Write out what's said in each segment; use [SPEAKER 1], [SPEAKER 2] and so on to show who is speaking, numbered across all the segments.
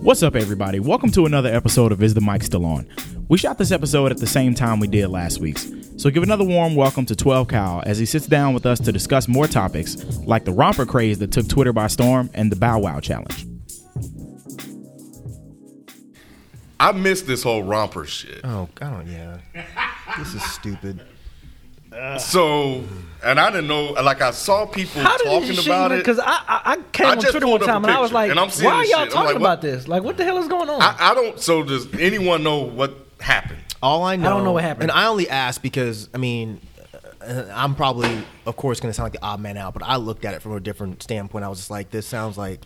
[SPEAKER 1] What's up, everybody? Welcome to another episode of Is the Mic Still On? We shot this episode at the same time we did last week's, so give another warm welcome to 12 Kyle as he sits down with us to discuss more topics like the romper craze that took Twitter by storm and the Bow Wow challenge.
[SPEAKER 2] I miss this whole romper shit.
[SPEAKER 3] Oh, I don't. Yeah, this is stupid.
[SPEAKER 2] So, and I didn't know. Like, I saw people
[SPEAKER 4] How did
[SPEAKER 2] talking
[SPEAKER 4] this shit
[SPEAKER 2] about
[SPEAKER 4] even?
[SPEAKER 2] it.
[SPEAKER 4] Because I, I I came
[SPEAKER 2] I
[SPEAKER 4] on
[SPEAKER 2] just
[SPEAKER 4] Twitter
[SPEAKER 2] pulled
[SPEAKER 4] one
[SPEAKER 2] up a
[SPEAKER 4] time and I was
[SPEAKER 2] picture,
[SPEAKER 4] like,
[SPEAKER 2] and I'm seeing
[SPEAKER 4] why are
[SPEAKER 2] this
[SPEAKER 4] y'all
[SPEAKER 2] shit. I'm
[SPEAKER 4] talking
[SPEAKER 2] like, what-
[SPEAKER 4] about this? Like, what the hell is going on?
[SPEAKER 2] I, I don't. So, does anyone know what happened?
[SPEAKER 3] All I know,
[SPEAKER 4] don't know what
[SPEAKER 3] and
[SPEAKER 4] happened.
[SPEAKER 3] I only asked because I mean, uh, I'm probably, of course, going to sound like the odd man out, but I looked at it from a different standpoint. I was just like, this sounds like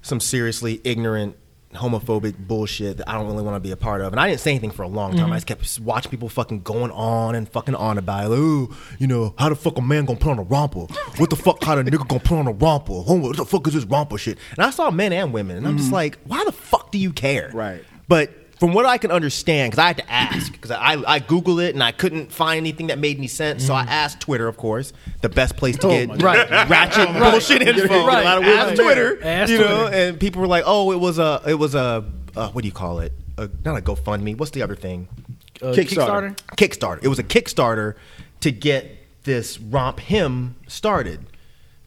[SPEAKER 3] some seriously ignorant homophobic bullshit that I don't really want to be a part of. And I didn't say anything for a long
[SPEAKER 4] Mm-hmm.
[SPEAKER 3] time. I just kept watching people fucking going on and fucking on about it. Like, Ooh, you know, how the fuck a man gonna put on a romper? What the fuck how the nigga gonna put on a romper? Homo- What the fuck is this romper shit? And I saw men and women and I'm
[SPEAKER 4] Mm-hmm.
[SPEAKER 3] just like, why the fuck do you care?
[SPEAKER 1] Right.
[SPEAKER 3] But from what I can understand, because I had to ask, because I, I Googled it and I couldn't find anything that made any sense. So I
[SPEAKER 4] Mm.
[SPEAKER 3] asked Twitter, of course, the best place to get
[SPEAKER 4] Oh Right.
[SPEAKER 3] ratchet bullshit info.
[SPEAKER 4] Right.
[SPEAKER 3] A lot of weird
[SPEAKER 4] Ask
[SPEAKER 3] shit.
[SPEAKER 4] Twitter. Ask
[SPEAKER 3] you know,
[SPEAKER 4] Twitter.
[SPEAKER 3] and people were like, "Oh, it was a, it was a, uh, what do you call it? A, not a GoFundMe. What's the other thing?
[SPEAKER 4] Uh, Kickstarter.
[SPEAKER 3] Kickstarter. It was a Kickstarter to get this romp him started.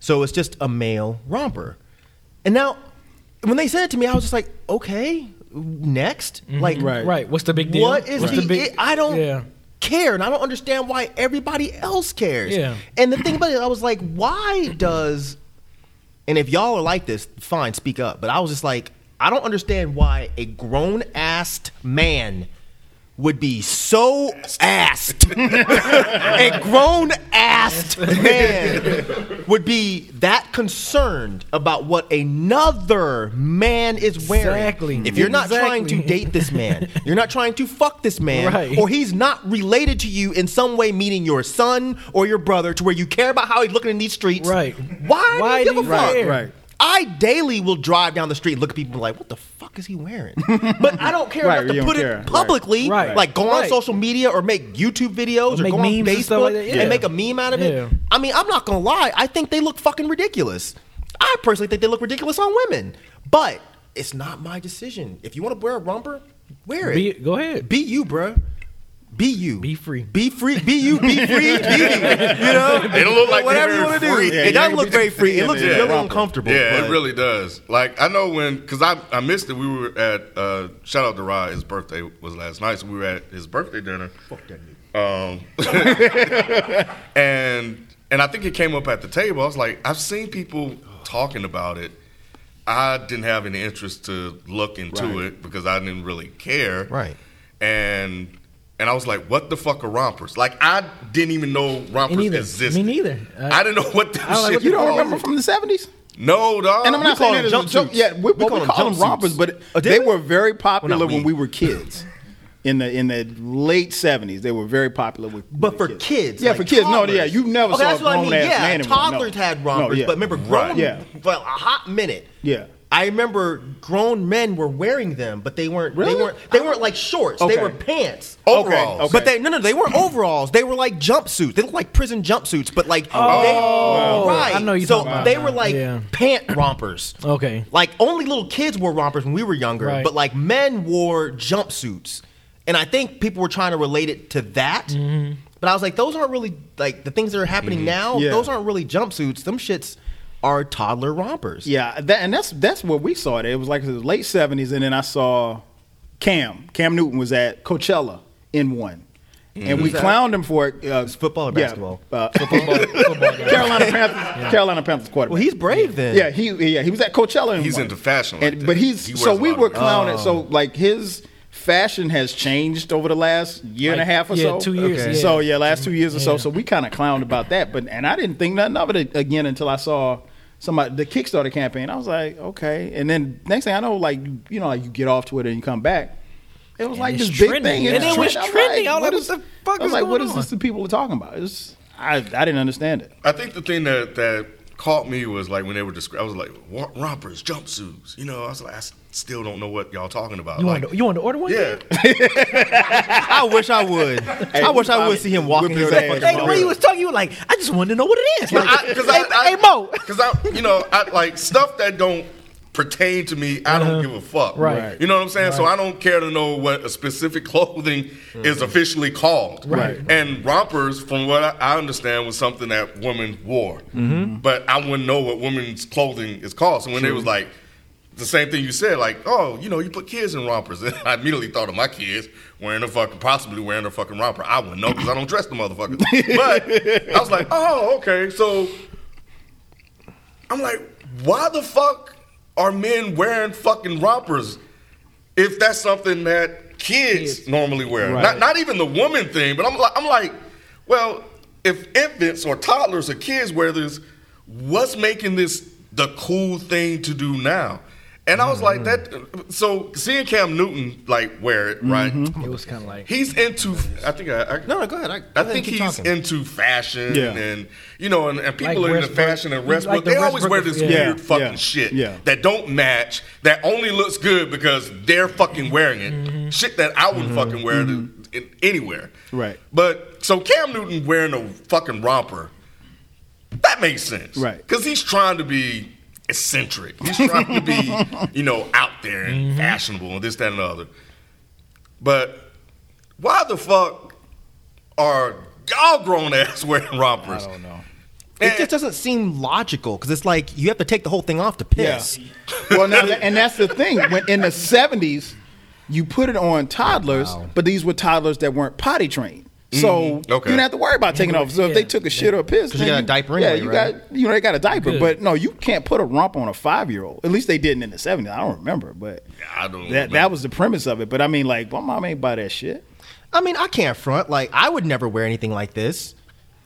[SPEAKER 3] So it's just a male romper. And now, when they said it to me, I was just like, okay, next, like,
[SPEAKER 1] Right.
[SPEAKER 4] Mm-hmm. Right. What's the big deal?
[SPEAKER 3] What is
[SPEAKER 4] What's
[SPEAKER 3] the,
[SPEAKER 4] the big-
[SPEAKER 3] I don't
[SPEAKER 4] Yeah.
[SPEAKER 3] care, and I don't understand why everybody else cares.
[SPEAKER 4] Yeah.
[SPEAKER 3] And the thing about it, I was like, why does? And if y'all are like this, fine, speak up. But I was just like, I don't understand why a grown assed man would be so assed. a grown assed man would be that concerned about what another man is wearing.
[SPEAKER 4] Exactly.
[SPEAKER 3] If you're not trying to
[SPEAKER 4] Exactly.
[SPEAKER 3] date this man. You're not trying to fuck this man,
[SPEAKER 4] Right.
[SPEAKER 3] or he's not related to you in some way, meaning your son or your brother, to where you care about how he's looking in these streets.
[SPEAKER 4] Right.
[SPEAKER 3] Why,
[SPEAKER 4] Why
[SPEAKER 3] do you
[SPEAKER 4] do
[SPEAKER 3] give
[SPEAKER 4] you
[SPEAKER 3] a fuck?
[SPEAKER 4] care? Right.
[SPEAKER 3] I daily will drive down the street and look at people and be like, what the fuck is he wearing? But I don't care
[SPEAKER 1] Right,
[SPEAKER 3] enough
[SPEAKER 1] you don't
[SPEAKER 3] to put
[SPEAKER 1] care. Right.
[SPEAKER 3] it publicly,
[SPEAKER 4] Right.
[SPEAKER 3] like go on
[SPEAKER 4] Right.
[SPEAKER 3] social media or make YouTube videos or,
[SPEAKER 4] make
[SPEAKER 3] go on
[SPEAKER 4] memes and stuff
[SPEAKER 3] Facebook
[SPEAKER 4] like that. Yeah.
[SPEAKER 3] and make a meme out of
[SPEAKER 4] Yeah.
[SPEAKER 3] it. I mean, I'm not gonna lie. I think they look fucking ridiculous. I personally think they look ridiculous on women, but it's not my decision. If you want to wear a romper, wear it.
[SPEAKER 4] Be- go ahead.
[SPEAKER 3] Be you, bruh. Be you.
[SPEAKER 4] Be free.
[SPEAKER 3] Be free. Be you. Be free. Be you. You know.
[SPEAKER 2] It don't look like
[SPEAKER 3] whatever
[SPEAKER 2] they're
[SPEAKER 3] you want to do.
[SPEAKER 2] free. Yeah,
[SPEAKER 3] it
[SPEAKER 2] you
[SPEAKER 3] doesn't
[SPEAKER 2] ain't
[SPEAKER 3] look
[SPEAKER 2] be
[SPEAKER 3] very free. It
[SPEAKER 2] free
[SPEAKER 3] looks
[SPEAKER 2] in the
[SPEAKER 3] really
[SPEAKER 2] romper.
[SPEAKER 3] uncomfortable.
[SPEAKER 2] Yeah,
[SPEAKER 3] but-
[SPEAKER 2] it really does. Like I know when, because I, I missed it. We were at uh, shout out to Rod. His birthday was last night, so we were at his birthday dinner. Fuck that Um, and and I think it came up at the table. I was like, I've seen people talking about it. I didn't have any interest to look into it because I didn't really care.
[SPEAKER 3] Right.
[SPEAKER 2] And and I was like, what the fuck are rompers? Like I didn't even know rompers
[SPEAKER 4] Me neither.
[SPEAKER 2] existed.
[SPEAKER 4] Me neither. Uh,
[SPEAKER 2] I, didn't know what that
[SPEAKER 4] I was
[SPEAKER 2] shit
[SPEAKER 4] like, what the
[SPEAKER 5] You don't
[SPEAKER 2] was.
[SPEAKER 5] remember from the seventies?
[SPEAKER 2] No, dog.
[SPEAKER 5] And I'm
[SPEAKER 3] Oh, We
[SPEAKER 5] not
[SPEAKER 3] call
[SPEAKER 5] saying that
[SPEAKER 3] them
[SPEAKER 5] as a joke.
[SPEAKER 3] jumpsuits.
[SPEAKER 5] Yeah, we, we
[SPEAKER 3] Well, we
[SPEAKER 5] call, them,
[SPEAKER 3] call them
[SPEAKER 5] rompers,
[SPEAKER 3] jumpsuits.
[SPEAKER 5] but
[SPEAKER 3] Oh, did
[SPEAKER 5] they
[SPEAKER 3] we?
[SPEAKER 5] were very popular
[SPEAKER 3] Well, not
[SPEAKER 5] when
[SPEAKER 3] we.
[SPEAKER 5] we were kids. In the in the late seventies, they were very popular with.
[SPEAKER 3] But
[SPEAKER 5] with
[SPEAKER 3] for kids,
[SPEAKER 5] yeah,
[SPEAKER 3] like
[SPEAKER 5] for kids,
[SPEAKER 3] toddlers.
[SPEAKER 5] no, yeah, you never
[SPEAKER 3] okay,
[SPEAKER 5] saw
[SPEAKER 3] that's
[SPEAKER 5] a
[SPEAKER 3] what I
[SPEAKER 5] grown
[SPEAKER 3] mean.
[SPEAKER 5] ass
[SPEAKER 3] Yeah,
[SPEAKER 5] man. in one.
[SPEAKER 3] toddlers
[SPEAKER 5] No.
[SPEAKER 3] had rompers,
[SPEAKER 5] No, yeah.
[SPEAKER 3] but remember, grown
[SPEAKER 5] Right. Yeah.
[SPEAKER 3] for a hot minute.
[SPEAKER 5] Yeah.
[SPEAKER 3] I remember grown men were wearing them, but they weren't.
[SPEAKER 5] Really?
[SPEAKER 3] They weren't. They weren't like shorts. They
[SPEAKER 5] Okay.
[SPEAKER 3] were pants.
[SPEAKER 2] Overalls.
[SPEAKER 5] okay.
[SPEAKER 3] But they no no they weren't overalls. They were like jumpsuits. They looked like prison jumpsuits, but like
[SPEAKER 5] Oh.
[SPEAKER 3] they, right.
[SPEAKER 4] I know you
[SPEAKER 3] so
[SPEAKER 4] talking about
[SPEAKER 3] they
[SPEAKER 4] now.
[SPEAKER 3] were like
[SPEAKER 4] Yeah.
[SPEAKER 3] pant rompers.
[SPEAKER 4] Okay.
[SPEAKER 3] Like only little kids wore rompers when we were younger,
[SPEAKER 4] Right.
[SPEAKER 3] but like men wore jumpsuits. And I think people were trying to relate it to that. But I was like, those aren't really like the things that are happening now,
[SPEAKER 5] Mm-hmm. Yeah.
[SPEAKER 3] those aren't really jumpsuits. Them shits are toddler rompers.
[SPEAKER 5] Yeah, that, and that's that's what we saw. It was like the late seventies, and then I saw Cam. Cam Newton was at Coachella in one,
[SPEAKER 3] Mm.
[SPEAKER 5] and we clowned him for it. Uh,
[SPEAKER 3] football or
[SPEAKER 5] yeah,
[SPEAKER 3] basketball?
[SPEAKER 5] uh, Carolina Panthers. Carolina Panthers quarterback.
[SPEAKER 3] Well he's brave then.
[SPEAKER 5] Yeah, he yeah he was at Coachella. And
[SPEAKER 2] He's
[SPEAKER 5] won.
[SPEAKER 2] into fashion like
[SPEAKER 5] And-
[SPEAKER 2] that.
[SPEAKER 5] but he's
[SPEAKER 2] He
[SPEAKER 5] so
[SPEAKER 2] wears a
[SPEAKER 5] we
[SPEAKER 2] lot
[SPEAKER 4] Oh.
[SPEAKER 5] were
[SPEAKER 2] of-
[SPEAKER 5] clowning. So like his fashion has changed over the last year and a
[SPEAKER 4] Like,
[SPEAKER 5] half or
[SPEAKER 4] yeah,
[SPEAKER 5] so.
[SPEAKER 4] two years, Okay. yeah.
[SPEAKER 5] So yeah, last two years or so.
[SPEAKER 4] Yeah.
[SPEAKER 5] So we kind of clowned about that, but and I didn't think nothing of it again until I saw somebody the Kickstarter campaign. I was like, okay. And then next thing I know, like you know, like you get off Twitter and you come back. It was like
[SPEAKER 4] it's
[SPEAKER 5] this big
[SPEAKER 4] trending.
[SPEAKER 5] thing,
[SPEAKER 4] And it was
[SPEAKER 5] trend- I'm
[SPEAKER 4] trending. I was
[SPEAKER 5] what
[SPEAKER 4] like,
[SPEAKER 5] is-
[SPEAKER 4] what the fuck
[SPEAKER 5] I was
[SPEAKER 4] is
[SPEAKER 5] like, what
[SPEAKER 4] going
[SPEAKER 5] is this?
[SPEAKER 4] on?
[SPEAKER 5] The people are talking about. It's, I I didn't understand it.
[SPEAKER 2] I think the thing that that caught me was like when they were describing. I was like, what rompers, jumpsuits. You know, I was like, I s- still don't know what y'all talking about.
[SPEAKER 4] You
[SPEAKER 2] like,
[SPEAKER 4] want to, you want to order one?
[SPEAKER 2] yeah,
[SPEAKER 3] I wish I would. I wish I would see him walking
[SPEAKER 5] whip
[SPEAKER 3] through
[SPEAKER 5] his
[SPEAKER 3] that
[SPEAKER 5] ass.
[SPEAKER 3] fucking
[SPEAKER 4] Hey, the
[SPEAKER 3] mall.
[SPEAKER 4] way you was talking, you were like, I just wanted to know what it is. Like,
[SPEAKER 2] because I,
[SPEAKER 4] hey, hey, Mo.
[SPEAKER 2] because I, you know, I like stuff that don't pertain to me. I
[SPEAKER 4] Uh-huh.
[SPEAKER 2] don't give a fuck.
[SPEAKER 4] Right. Mm-hmm.
[SPEAKER 2] You know what I'm saying? So I don't care to know what a specific clothing is officially called.
[SPEAKER 4] Right.
[SPEAKER 2] And rompers, from what I, I understand, was something that women wore.
[SPEAKER 4] Mm-hmm.
[SPEAKER 2] But I wouldn't know what women's clothing is called. So when they was like. The same thing you said, like, oh, you know, you put kids in rompers. And I immediately thought of my kids wearing a fucking, possibly wearing a fucking romper. I wouldn't know because I don't dress the motherfuckers. But I was like, oh, okay. So I'm like, why the fuck are men wearing fucking rompers if that's something that kids, normally wear? Not, not even the woman thing, but I'm like, I'm like, well, if infants or toddlers or kids wear this, what's making this the cool thing to do now? And I was like, that. So seeing Cam Newton like wear it, right?
[SPEAKER 4] It was kind of like,
[SPEAKER 2] He's into. I think I. I
[SPEAKER 3] No, no, go ahead. I- go
[SPEAKER 2] I
[SPEAKER 3] ahead,
[SPEAKER 2] think
[SPEAKER 3] keep
[SPEAKER 2] he's
[SPEAKER 3] talking.
[SPEAKER 2] into fashion
[SPEAKER 5] Yeah.
[SPEAKER 2] and you know, and, and people
[SPEAKER 4] Like
[SPEAKER 2] are into
[SPEAKER 4] Westbrook.
[SPEAKER 2] fashion and
[SPEAKER 4] He's
[SPEAKER 2] Westbrook.
[SPEAKER 4] like the
[SPEAKER 2] they always
[SPEAKER 4] Westbrook
[SPEAKER 2] wear
[SPEAKER 4] of-
[SPEAKER 2] this
[SPEAKER 4] yeah.
[SPEAKER 2] weird
[SPEAKER 5] Yeah,
[SPEAKER 2] fucking
[SPEAKER 5] yeah,
[SPEAKER 2] shit
[SPEAKER 5] yeah.
[SPEAKER 2] that don't match. That only looks good because they're fucking wearing it.
[SPEAKER 3] Mm-hmm.
[SPEAKER 2] Shit that I wouldn't fucking wear to, in, anywhere.
[SPEAKER 5] Mm-hmm. Right.
[SPEAKER 2] But so Cam Newton wearing a fucking romper. That makes sense.
[SPEAKER 5] Right.
[SPEAKER 2] Because he's trying to be eccentric. He's trying to be, you know, out there and
[SPEAKER 3] Mm-hmm.
[SPEAKER 2] fashionable and this, that, and the other. But why the fuck are y'all grown ass wearing rompers? I don't know.
[SPEAKER 3] It just doesn't seem logical because it's like you have to take the whole thing off to piss.
[SPEAKER 5] well, now, and that's the thing. When in the seventies, you put it on toddlers, but these were toddlers that weren't potty trained. So
[SPEAKER 2] Mhm. Okay.
[SPEAKER 5] you didn't have to worry about taking it off. So if they took a shit or a piss,
[SPEAKER 3] 'Cause Mm-hmm. you got
[SPEAKER 5] then
[SPEAKER 3] a diaper
[SPEAKER 5] Yeah,
[SPEAKER 3] anyway,
[SPEAKER 5] you
[SPEAKER 3] right?
[SPEAKER 5] got you know they got a diaper,
[SPEAKER 4] Good.
[SPEAKER 5] but no, you can't put a romp on a five year old. At least they didn't in the seventies. I don't remember, but
[SPEAKER 2] I don't
[SPEAKER 5] that
[SPEAKER 2] remember.
[SPEAKER 5] that was the premise of it. But I mean, like my mom ain't buy that shit.
[SPEAKER 3] I mean, I can't front. Like, I would never wear anything like this.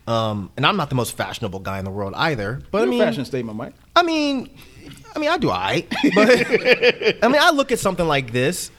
[SPEAKER 3] Um, and I'm not the most fashionable guy in the world either. But
[SPEAKER 5] Your
[SPEAKER 3] I mean,
[SPEAKER 5] fashion statement, Mike.
[SPEAKER 3] I mean, I mean, I do all right. But I mean, I look at something like this,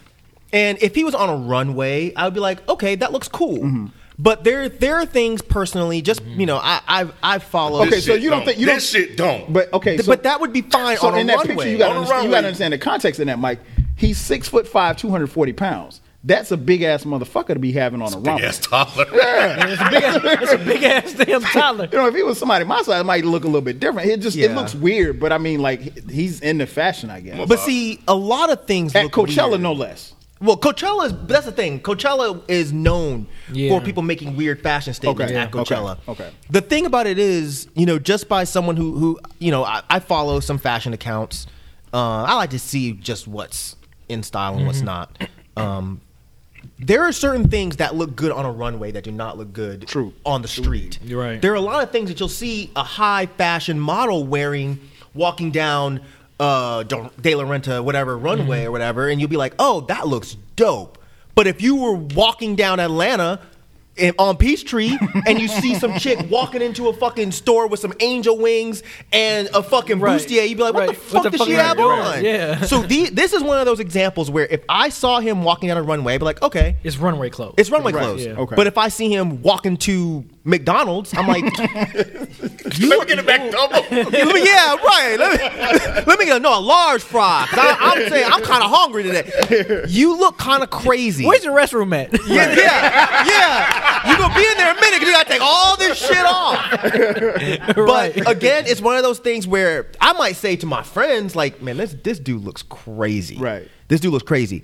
[SPEAKER 3] and if he was on a runway, I would be like, okay, that looks cool.
[SPEAKER 5] Mm-hmm.
[SPEAKER 3] But there, there are things personally. Just
[SPEAKER 4] Mm-hmm.
[SPEAKER 3] you know, I, I've, I follow.
[SPEAKER 5] Okay, so you don't think- you
[SPEAKER 2] this
[SPEAKER 5] don't-
[SPEAKER 2] shit don't.
[SPEAKER 5] But okay,
[SPEAKER 3] Th-
[SPEAKER 5] so-
[SPEAKER 3] but that would be fine
[SPEAKER 5] So
[SPEAKER 3] on a
[SPEAKER 5] in that
[SPEAKER 3] runway.
[SPEAKER 5] picture, you got
[SPEAKER 2] On a
[SPEAKER 5] to
[SPEAKER 2] runway.
[SPEAKER 5] understand the context in that, Mike. He's six foot five, two hundred forty pounds. That's a big ass motherfucker to be having on a romper.
[SPEAKER 2] yes, Tyler.
[SPEAKER 4] it's a big ass damn toddler.
[SPEAKER 5] You know, if he was somebody my size, it might look a little bit different. It just it
[SPEAKER 3] Yeah.
[SPEAKER 5] looks weird, but I mean, like he's in the fashion, I guess.
[SPEAKER 3] But see, a lot of things
[SPEAKER 5] At
[SPEAKER 3] look
[SPEAKER 5] Coachella,
[SPEAKER 3] weird.
[SPEAKER 5] no less.
[SPEAKER 3] Well, Coachella is but that's the thing. Coachella is known
[SPEAKER 4] Yeah.
[SPEAKER 3] for people making weird fashion statements
[SPEAKER 5] Okay,
[SPEAKER 3] at
[SPEAKER 5] yeah,
[SPEAKER 3] Coachella.
[SPEAKER 5] okay, okay.
[SPEAKER 3] The thing about it is, you know, just by someone who who you know, I, I follow some fashion accounts. Uh, I like to see just what's in style and what's not. Um, there are certain things that look good on a runway that do not look good
[SPEAKER 5] True.
[SPEAKER 3] on the street.
[SPEAKER 4] You're right.
[SPEAKER 3] There are a lot of things that you'll see a high fashion model wearing walking down uh De De La Renta whatever runway
[SPEAKER 4] Mm-hmm.
[SPEAKER 3] or whatever and you'll be like, "Oh, that looks dope." But if you were walking down Atlanta in, on Peachtree and you see some chick walking into a fucking store with some angel wings and a fucking
[SPEAKER 4] Right.
[SPEAKER 3] bustier, you'd be like, "What the
[SPEAKER 4] Right.
[SPEAKER 3] fuck does she
[SPEAKER 4] right,
[SPEAKER 3] have
[SPEAKER 4] right.
[SPEAKER 3] on?"
[SPEAKER 4] Yeah.
[SPEAKER 3] So the, this is one of those examples where if I saw him walking down a runway, I'd be like, "Okay,
[SPEAKER 4] It's runway clothes.
[SPEAKER 3] it's runway clothes.
[SPEAKER 4] yeah.
[SPEAKER 5] Okay.
[SPEAKER 3] But if I see him walking to McDonald's, I'm like,
[SPEAKER 2] Let me get it back double.
[SPEAKER 3] "Let me- yeah, right. Let me, let me get a, no, a large fry. 'Cause I, I'm saying I'm kind of hungry today. You look kind of crazy.
[SPEAKER 4] Where's your restroom at?
[SPEAKER 3] yeah, yeah, yeah. You're gonna be in there in a minute because you gotta take all this shit off.
[SPEAKER 4] Right.
[SPEAKER 3] But again, it's one of those things where I might say to my friends, like, man, this this dude looks crazy.
[SPEAKER 5] Right.
[SPEAKER 3] This dude looks crazy.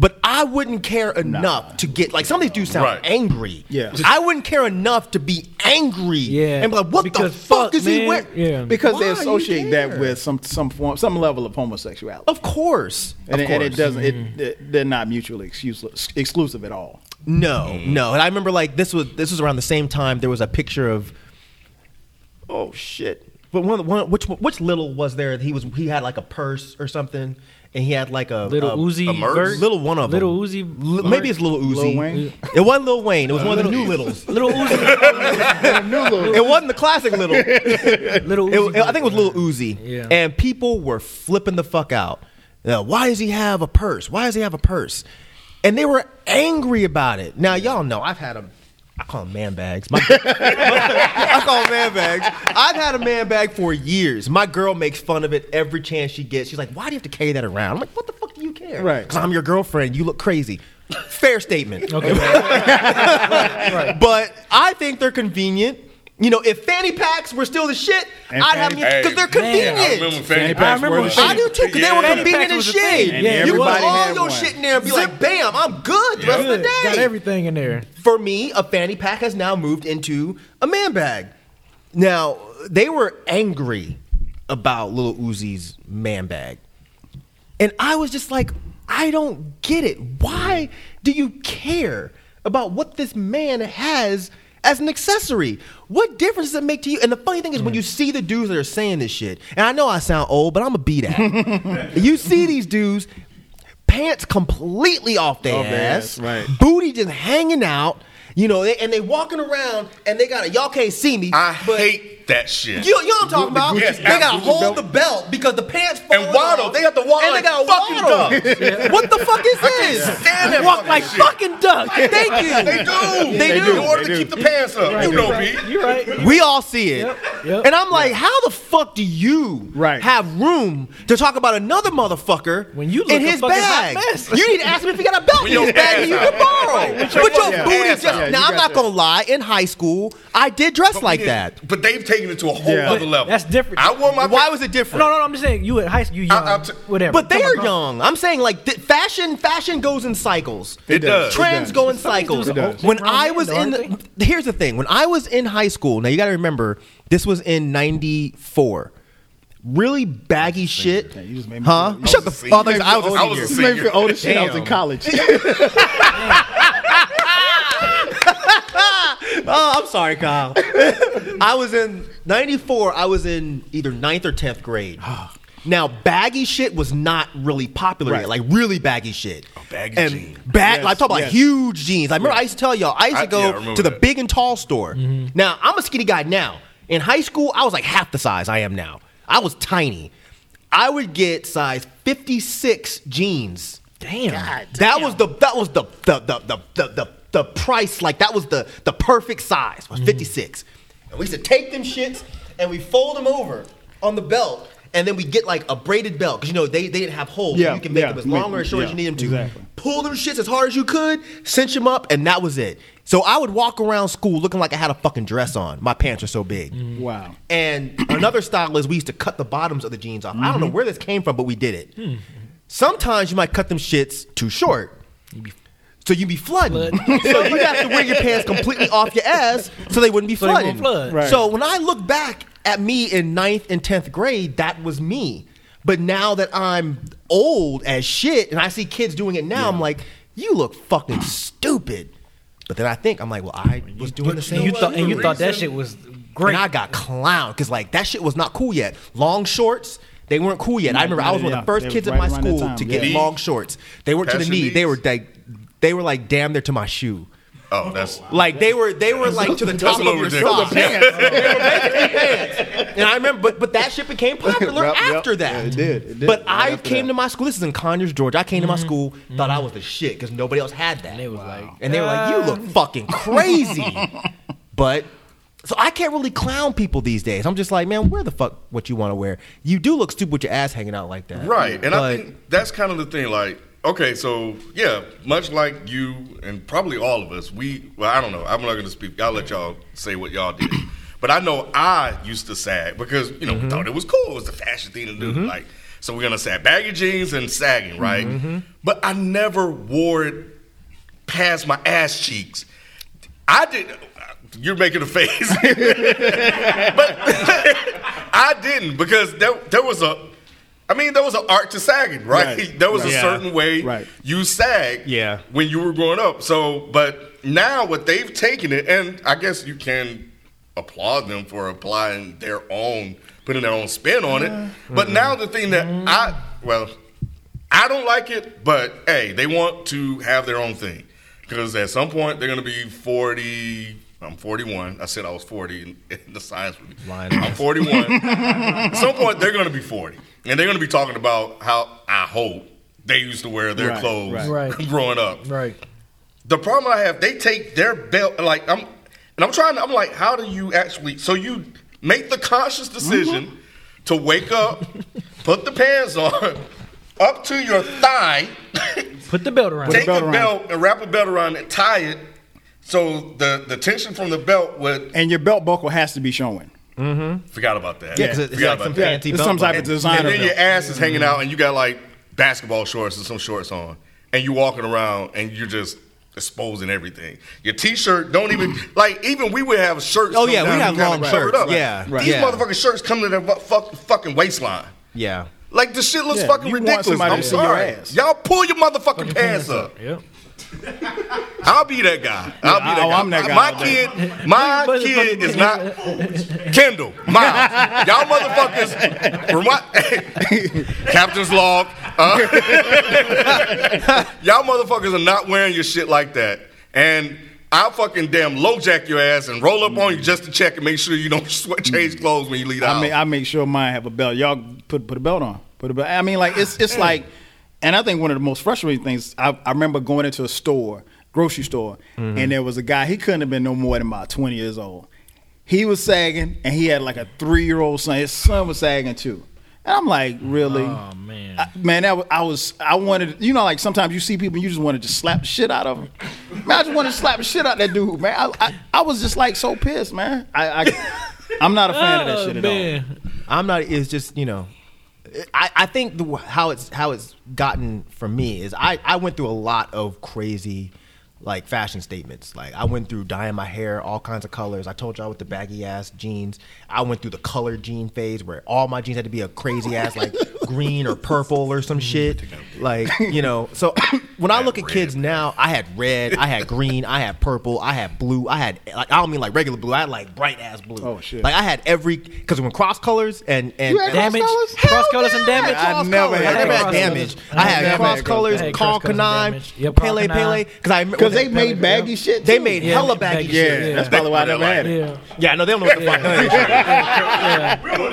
[SPEAKER 3] But I wouldn't care enough to get like some of these dudes sound
[SPEAKER 2] Right.
[SPEAKER 3] angry.
[SPEAKER 5] Yeah.
[SPEAKER 3] I wouldn't care enough to be angry.
[SPEAKER 4] Yeah.
[SPEAKER 3] And be like, what
[SPEAKER 4] Because
[SPEAKER 3] the fuck,
[SPEAKER 4] fuck,
[SPEAKER 3] is he
[SPEAKER 4] man.
[SPEAKER 3] wearing?
[SPEAKER 4] Yeah.
[SPEAKER 5] Because
[SPEAKER 3] Why
[SPEAKER 5] they
[SPEAKER 3] are you
[SPEAKER 5] associate that
[SPEAKER 3] there?
[SPEAKER 5] with some some form, some level of homosexuality,
[SPEAKER 3] Of course. of
[SPEAKER 5] and, it,
[SPEAKER 3] course.
[SPEAKER 5] and it doesn't. It, it- they're not mutually excuse, exclusive at all.
[SPEAKER 3] No,
[SPEAKER 4] Mm.
[SPEAKER 3] no. And I remember like this was this was around the same time there was a picture of oh shit. But one, one, which which little was there? He was he had like a purse or something, and he had like a
[SPEAKER 4] Little
[SPEAKER 3] a-
[SPEAKER 4] Uzi,
[SPEAKER 2] a Merc?
[SPEAKER 4] Vert.
[SPEAKER 3] little one of
[SPEAKER 4] Little
[SPEAKER 3] them.
[SPEAKER 4] Uzi,
[SPEAKER 3] Li-
[SPEAKER 4] Vert.
[SPEAKER 3] maybe it's little Uzi.
[SPEAKER 5] Lil Wayne?
[SPEAKER 3] It wasn't Little Wayne. It was one of the new littles.
[SPEAKER 4] little Uzi,
[SPEAKER 3] It wasn't the classic little. It-
[SPEAKER 4] little Uzi.
[SPEAKER 3] it- I think it was little Uzi.
[SPEAKER 4] Yeah.
[SPEAKER 3] And people were flipping the fuck out. Now, why does he have a purse? Why does he have a purse? And they were angry about it. Now y'all know I've had a. I call them man bags. My, I call them man bags. I've had a man bag for years. My girl makes fun of it every chance she gets. She's like, "Why do you have to carry that around?" I'm like, "What the fuck do you care?"
[SPEAKER 5] Right.
[SPEAKER 3] Because I'm your girlfriend. You look crazy. Fair statement.
[SPEAKER 4] Okay.
[SPEAKER 3] But I think they're convenient. You know, if fanny packs were still the shit,
[SPEAKER 5] And
[SPEAKER 3] I'd have them
[SPEAKER 5] fanny-
[SPEAKER 3] because they're
[SPEAKER 4] Man,
[SPEAKER 2] I
[SPEAKER 3] convenient.
[SPEAKER 2] remember Fanny
[SPEAKER 5] packs
[SPEAKER 2] Packs
[SPEAKER 4] I
[SPEAKER 5] were
[SPEAKER 4] remember
[SPEAKER 5] the
[SPEAKER 4] when-
[SPEAKER 5] shit.
[SPEAKER 3] I do too, because they were
[SPEAKER 4] Fanny
[SPEAKER 3] convenient
[SPEAKER 4] packs
[SPEAKER 3] as
[SPEAKER 4] was a thing.
[SPEAKER 3] shit.
[SPEAKER 4] And
[SPEAKER 3] you put
[SPEAKER 5] everybody
[SPEAKER 3] all
[SPEAKER 5] had
[SPEAKER 3] your
[SPEAKER 5] one.
[SPEAKER 3] shit in there and be like, bam, I'm good the rest of the
[SPEAKER 4] Good.
[SPEAKER 3] day.
[SPEAKER 4] Got everything in there.
[SPEAKER 3] For me, a fanny pack has now moved into a man bag. Now, they were angry about Lil Uzi's man bag. And I was just like, I don't get it. Why do you care about what this man has as an accessory? What difference does it make to you? And the funny thing is, when you see the dudes that are saying this shit, and I know I sound old, but I'm a beat at. you see these dudes, pants completely off their
[SPEAKER 5] Off their
[SPEAKER 3] ass,
[SPEAKER 5] ass, right.
[SPEAKER 3] booty just hanging out. You know, they, and they walking around, and they got a y'all can't see me.
[SPEAKER 2] I
[SPEAKER 3] but-
[SPEAKER 2] hate that shit.
[SPEAKER 3] you, you know what I'm talking about?
[SPEAKER 2] Gucci
[SPEAKER 3] they
[SPEAKER 2] belt.
[SPEAKER 3] gotta
[SPEAKER 2] Gucci
[SPEAKER 3] hold
[SPEAKER 2] belt.
[SPEAKER 3] the belt because the pants fall
[SPEAKER 2] And waddle. They got to waddle
[SPEAKER 3] And they
[SPEAKER 2] like
[SPEAKER 3] gotta
[SPEAKER 2] fucking
[SPEAKER 3] waddle. what the fuck is this?
[SPEAKER 2] stand that
[SPEAKER 4] Walk
[SPEAKER 2] fucking
[SPEAKER 4] like
[SPEAKER 2] shit.
[SPEAKER 4] fucking duck.
[SPEAKER 3] Thank you.
[SPEAKER 2] They do.
[SPEAKER 3] They do.
[SPEAKER 2] In order
[SPEAKER 5] They
[SPEAKER 2] to
[SPEAKER 5] do.
[SPEAKER 2] keep the pants up. you know me.
[SPEAKER 4] You're right.
[SPEAKER 3] We all see it.
[SPEAKER 4] Yep, yep.
[SPEAKER 3] and I'm like, how the fuck do you
[SPEAKER 5] Right.
[SPEAKER 3] have room to talk about another motherfucker
[SPEAKER 4] When you look
[SPEAKER 3] in
[SPEAKER 4] a
[SPEAKER 3] his
[SPEAKER 4] fucking
[SPEAKER 3] bag?
[SPEAKER 4] hot mess.
[SPEAKER 3] You need to ask him if he got a belt
[SPEAKER 2] With
[SPEAKER 3] in his
[SPEAKER 2] your
[SPEAKER 3] bag that
[SPEAKER 2] ass
[SPEAKER 3] you
[SPEAKER 2] out.
[SPEAKER 3] can borrow.
[SPEAKER 2] With
[SPEAKER 3] But
[SPEAKER 2] your
[SPEAKER 3] your,
[SPEAKER 2] fucking
[SPEAKER 3] booty
[SPEAKER 2] ass
[SPEAKER 3] just.
[SPEAKER 2] out. Yeah,
[SPEAKER 3] now,
[SPEAKER 5] you
[SPEAKER 3] I'm
[SPEAKER 5] got
[SPEAKER 3] not gonna lie. In high school, I did dress like that.
[SPEAKER 2] But they've taken it to a whole
[SPEAKER 5] Yeah.
[SPEAKER 2] other level.
[SPEAKER 4] That's different.
[SPEAKER 2] I wore my
[SPEAKER 3] Why was it different?
[SPEAKER 4] No, no, no. I'm just saying you at high school, you young,
[SPEAKER 2] I- I'm t-
[SPEAKER 4] whatever.
[SPEAKER 3] But they
[SPEAKER 4] Come
[SPEAKER 3] are
[SPEAKER 4] on,
[SPEAKER 3] young. I'm saying like th- fashion. Fashion goes in cycles.
[SPEAKER 2] It does.
[SPEAKER 3] Trends
[SPEAKER 5] It does.
[SPEAKER 3] go in
[SPEAKER 4] Some of these
[SPEAKER 3] cycles.
[SPEAKER 4] dudes are old
[SPEAKER 3] When
[SPEAKER 4] grown
[SPEAKER 3] I
[SPEAKER 4] men,
[SPEAKER 3] was
[SPEAKER 4] though,
[SPEAKER 3] in, the,
[SPEAKER 4] aren't
[SPEAKER 3] here's the thing. When I was in high school, now you got to remember this was in '94. Really baggy shit,
[SPEAKER 5] you just made me
[SPEAKER 3] huh?
[SPEAKER 5] feel- I
[SPEAKER 3] Shut the
[SPEAKER 2] was a
[SPEAKER 3] fuck up.
[SPEAKER 2] senior.
[SPEAKER 3] I was
[SPEAKER 2] I
[SPEAKER 3] a
[SPEAKER 2] was a
[SPEAKER 3] senior.
[SPEAKER 5] You made me feel old as shit. I was in
[SPEAKER 3] Damn.
[SPEAKER 5] college.
[SPEAKER 3] Oh, I'm sorry, Kyle. I was in 94, I was in either ninth or 10th grade. Now, baggy shit was not really popular yet,
[SPEAKER 5] Right.
[SPEAKER 3] like really baggy shit.
[SPEAKER 2] baggy
[SPEAKER 3] and
[SPEAKER 2] jeans.
[SPEAKER 3] Bag,
[SPEAKER 5] Yes,
[SPEAKER 3] like, talk about
[SPEAKER 5] yes.
[SPEAKER 3] huge jeans. I remember I used to tell y'all, I used
[SPEAKER 2] I-
[SPEAKER 3] to go
[SPEAKER 2] yeah, I remember
[SPEAKER 3] to the
[SPEAKER 2] that.
[SPEAKER 3] big and tall store.
[SPEAKER 5] Mm-hmm.
[SPEAKER 3] Now, I'm a skinny guy now. In high school, I was like half the size I am now. I was tiny. I would get size 56 jeans.
[SPEAKER 4] Damn.
[SPEAKER 3] That was the that was the the the the the, the, the price like that was the the perfect size
[SPEAKER 5] Mm-hmm.
[SPEAKER 3] was 56. And we used to take them shits and we fold them over on the belt and then we get like a braided belt because you know they, they didn't have holes. so
[SPEAKER 5] Yeah,
[SPEAKER 3] you can make
[SPEAKER 5] yeah,
[SPEAKER 3] them as
[SPEAKER 5] make-
[SPEAKER 3] long or as short as
[SPEAKER 5] yeah,
[SPEAKER 3] you need them to.
[SPEAKER 5] exactly.
[SPEAKER 3] Pull them shits as hard as you could, cinch them up, and that was it. So I would walk around school looking like I had a fucking dress on. My pants are so big.
[SPEAKER 5] Wow.
[SPEAKER 3] And another style is we used to cut the bottoms of the jeans off. I don't know
[SPEAKER 4] Mm-hmm.
[SPEAKER 3] where this came from, but we did it. Sometimes you might cut them shits too short. So you'd be flooding. so you'd have to wear your pants completely off your ass so they wouldn't be
[SPEAKER 4] So they
[SPEAKER 3] flooding.
[SPEAKER 4] won't flood.
[SPEAKER 5] Right.
[SPEAKER 3] So when I look back at me in ninth and tenth grade, that was me. But now that I'm old as shit and I see kids doing it now, I'm like, you look fucking stupid. But then I think, I'm like, well, I was doing the same
[SPEAKER 4] And you
[SPEAKER 3] thing.
[SPEAKER 4] thought and you thought that
[SPEAKER 2] reason-
[SPEAKER 4] shit was great.
[SPEAKER 3] And I got clowned because like that shit was not cool yet. Long shorts, they weren't cool yet. I remember I was one of
[SPEAKER 5] Yeah,
[SPEAKER 3] the first
[SPEAKER 5] they
[SPEAKER 3] kids
[SPEAKER 5] was
[SPEAKER 3] in my
[SPEAKER 5] right around that
[SPEAKER 3] school
[SPEAKER 5] time,
[SPEAKER 3] to
[SPEAKER 5] yeah.
[SPEAKER 3] get
[SPEAKER 2] Knee.
[SPEAKER 3] long shorts. They weren't to the
[SPEAKER 2] Passion
[SPEAKER 3] knee. They
[SPEAKER 2] knees.
[SPEAKER 3] were like they were like damn near to my shoe.
[SPEAKER 2] Oh, that's.
[SPEAKER 3] Like they were they were like to the
[SPEAKER 2] that's
[SPEAKER 3] top
[SPEAKER 2] a
[SPEAKER 3] of
[SPEAKER 2] little
[SPEAKER 3] your
[SPEAKER 2] ridiculous.
[SPEAKER 3] sock.
[SPEAKER 2] Those are
[SPEAKER 3] They were basically pants. And I remember, but but that shit became popular
[SPEAKER 5] Yep, yep.
[SPEAKER 3] after that.
[SPEAKER 5] Yeah, it did, it did.
[SPEAKER 3] But
[SPEAKER 5] Right
[SPEAKER 3] I
[SPEAKER 5] after
[SPEAKER 3] came
[SPEAKER 5] that.
[SPEAKER 3] to my school. This is in Conyers, Georgia. I came to my school, thought I was the shit because nobody else had that. And
[SPEAKER 4] Mm-hmm. they was like, "Uh."
[SPEAKER 3] and they were like, you look fucking crazy. but so I can't really clown people these days. I'm just like, man, wear the fuck what you want to wear. You do look stupid with your ass hanging out like that,
[SPEAKER 2] Right. And I
[SPEAKER 3] But-
[SPEAKER 2] think that's kind of the thing. Like, okay, so yeah, much like you and probably all of us, we, well, I don't know. I'm not going to speak. I'll let y'all say what y'all did. but I know I used to sag because, you know, we thought it was cool. It was the fashion thing to do. Like, so we're going to sag baggy jeans and sagging, right? But I never wore it past my ass cheeks. I did. You're making a face, but I didn't because there there was a. I mean, there was an art to sagging, right?
[SPEAKER 5] Right,
[SPEAKER 2] There was
[SPEAKER 5] right.
[SPEAKER 2] a
[SPEAKER 5] Yeah,
[SPEAKER 2] certain way
[SPEAKER 5] right.
[SPEAKER 2] you sag
[SPEAKER 3] Yeah.
[SPEAKER 2] when you were growing up. So, but now what they've taken it, and I guess you can applaud them for applying their own putting their own spin on it. But now
[SPEAKER 3] Mm-hmm.
[SPEAKER 2] the thing that I well, I don't like it, but hey, they want to have their own thing because at some point they're gonna be forty. I'm 41. I said I was 40 in, in the science movie.
[SPEAKER 3] Lying
[SPEAKER 2] I'm
[SPEAKER 3] ass.
[SPEAKER 2] 41. at some point they're going to be 40 and they're going to be talking about how i hope they used to wear their
[SPEAKER 5] Right,
[SPEAKER 2] clothes
[SPEAKER 4] right. Right.
[SPEAKER 2] growing up
[SPEAKER 4] Right.
[SPEAKER 2] the problem i have they take their belt like i'm and i'm trying to i'm like how do you actually so you make the conscious decision
[SPEAKER 4] Mm-hmm.
[SPEAKER 2] to wake up put the pants on up to your thigh
[SPEAKER 4] Put the belt around.
[SPEAKER 2] take
[SPEAKER 5] belt
[SPEAKER 2] the
[SPEAKER 5] around.
[SPEAKER 2] belt and wrap a belt around it tie it so the, the tension from the belt would
[SPEAKER 5] and your belt buckle has to be showing.
[SPEAKER 2] forgot about that
[SPEAKER 3] Yeah, 'cause it's
[SPEAKER 2] Forgot
[SPEAKER 3] like
[SPEAKER 2] about
[SPEAKER 3] some
[SPEAKER 2] that.
[SPEAKER 5] Yeah,
[SPEAKER 3] Fancy
[SPEAKER 5] it's some
[SPEAKER 3] belt
[SPEAKER 5] type
[SPEAKER 3] buckle.
[SPEAKER 5] of designer.
[SPEAKER 2] and then
[SPEAKER 5] belt.
[SPEAKER 2] your ass is hanging out, and you got like basketball shorts and some shorts on, and you walking around, and you're just exposing everything. Your t-shirt don't even like. Even we would have shirts.
[SPEAKER 3] Oh,
[SPEAKER 2] come
[SPEAKER 3] yeah, we
[SPEAKER 2] down
[SPEAKER 3] have
[SPEAKER 2] and kinda
[SPEAKER 3] long
[SPEAKER 2] covered
[SPEAKER 3] shirts.
[SPEAKER 2] up.
[SPEAKER 3] Yeah, right.
[SPEAKER 2] these
[SPEAKER 3] Yeah.
[SPEAKER 2] motherfucking shirts come to their bu- fuck, fucking waistline.
[SPEAKER 3] Yeah.
[SPEAKER 2] Like the shit looks
[SPEAKER 5] Yeah,
[SPEAKER 2] fucking
[SPEAKER 5] you want
[SPEAKER 2] ridiculous.
[SPEAKER 5] somebody
[SPEAKER 2] I'm
[SPEAKER 5] to see your
[SPEAKER 2] sorry,
[SPEAKER 5] ass.
[SPEAKER 2] y'all pull your motherfucking pants up.
[SPEAKER 4] Yep.
[SPEAKER 2] I'll be that guy. I'll be that
[SPEAKER 5] oh,
[SPEAKER 2] guy.
[SPEAKER 5] I'm that guy
[SPEAKER 2] My
[SPEAKER 5] all day.
[SPEAKER 2] kid, my kid is not Kendall. Miles, y'all motherfuckers. Remind, Captain's log. uh, y'all motherfuckers are not wearing your shit like that, and. I'll fucking damn lowjack your ass and roll up on you just to check and make sure you don't sweat change clothes when you leave the
[SPEAKER 5] I
[SPEAKER 2] house.
[SPEAKER 5] make, I make sure mine have a belt. Y'all put put a belt on. Put a belt. I mean, like it's it's like, and I think one of the most frustrating things. I, I remember going into a store, grocery store, and there was a guy. He couldn't have been no more than about twenty years old. He was sagging, and he had like a three year old son. His son was sagging too. And I'm like, really?
[SPEAKER 4] Oh, man.
[SPEAKER 5] I, man, that was, I was. I wanted. You know, like sometimes you see people, and you just want to just slap the shit out of them. Man, I just wanted to slap the shit out that dude, man. I, I, I was just like so pissed, man. I, I I'm not a fan of that
[SPEAKER 4] Oh,
[SPEAKER 5] shit at all.
[SPEAKER 3] I'm not. It's just you know, I, I think the, how it's how it's gotten for me is I I went through a lot of crazy, like fashion statements. Like I went through dyeing my hair all kinds of colors. I told y'all with the baggy ass jeans. I went through the colored jean phase where all my jeans had to be a crazy ass like green or purple or
[SPEAKER 5] Mm-hmm.
[SPEAKER 3] some shit. Like you know. So when I look at kids now, I had red, I had green, I had purple, I had blue, I had like I don't mean like regular blue. I had like bright ass blue.
[SPEAKER 5] Oh, shit.
[SPEAKER 3] Like I had every because when cross colors and and
[SPEAKER 5] You had
[SPEAKER 3] and-
[SPEAKER 4] Damage.
[SPEAKER 5] Cross colors?
[SPEAKER 4] Cross
[SPEAKER 5] Hell
[SPEAKER 4] colors and
[SPEAKER 5] yeah.
[SPEAKER 4] damage.
[SPEAKER 5] I never
[SPEAKER 3] I
[SPEAKER 5] had
[SPEAKER 3] never had
[SPEAKER 5] cross
[SPEAKER 3] damage.
[SPEAKER 4] colors.
[SPEAKER 3] I had cross
[SPEAKER 5] had
[SPEAKER 3] colors,
[SPEAKER 4] I had
[SPEAKER 3] Call
[SPEAKER 4] cross colors
[SPEAKER 3] Kanai,
[SPEAKER 4] and damage. Yeah,
[SPEAKER 3] Pele
[SPEAKER 4] Call Kanai.
[SPEAKER 3] Pele. Because I
[SPEAKER 5] Because they made baggy
[SPEAKER 4] Yep.
[SPEAKER 5] shit.
[SPEAKER 3] They
[SPEAKER 5] too.
[SPEAKER 3] made
[SPEAKER 4] Yeah,
[SPEAKER 3] hella
[SPEAKER 4] baggy
[SPEAKER 3] baggy
[SPEAKER 4] shit,
[SPEAKER 3] shit.
[SPEAKER 5] Yeah,
[SPEAKER 4] Yeah.
[SPEAKER 5] that's probably why I never had it.
[SPEAKER 4] Yeah.
[SPEAKER 3] Yeah, no, they don't know what the fuck.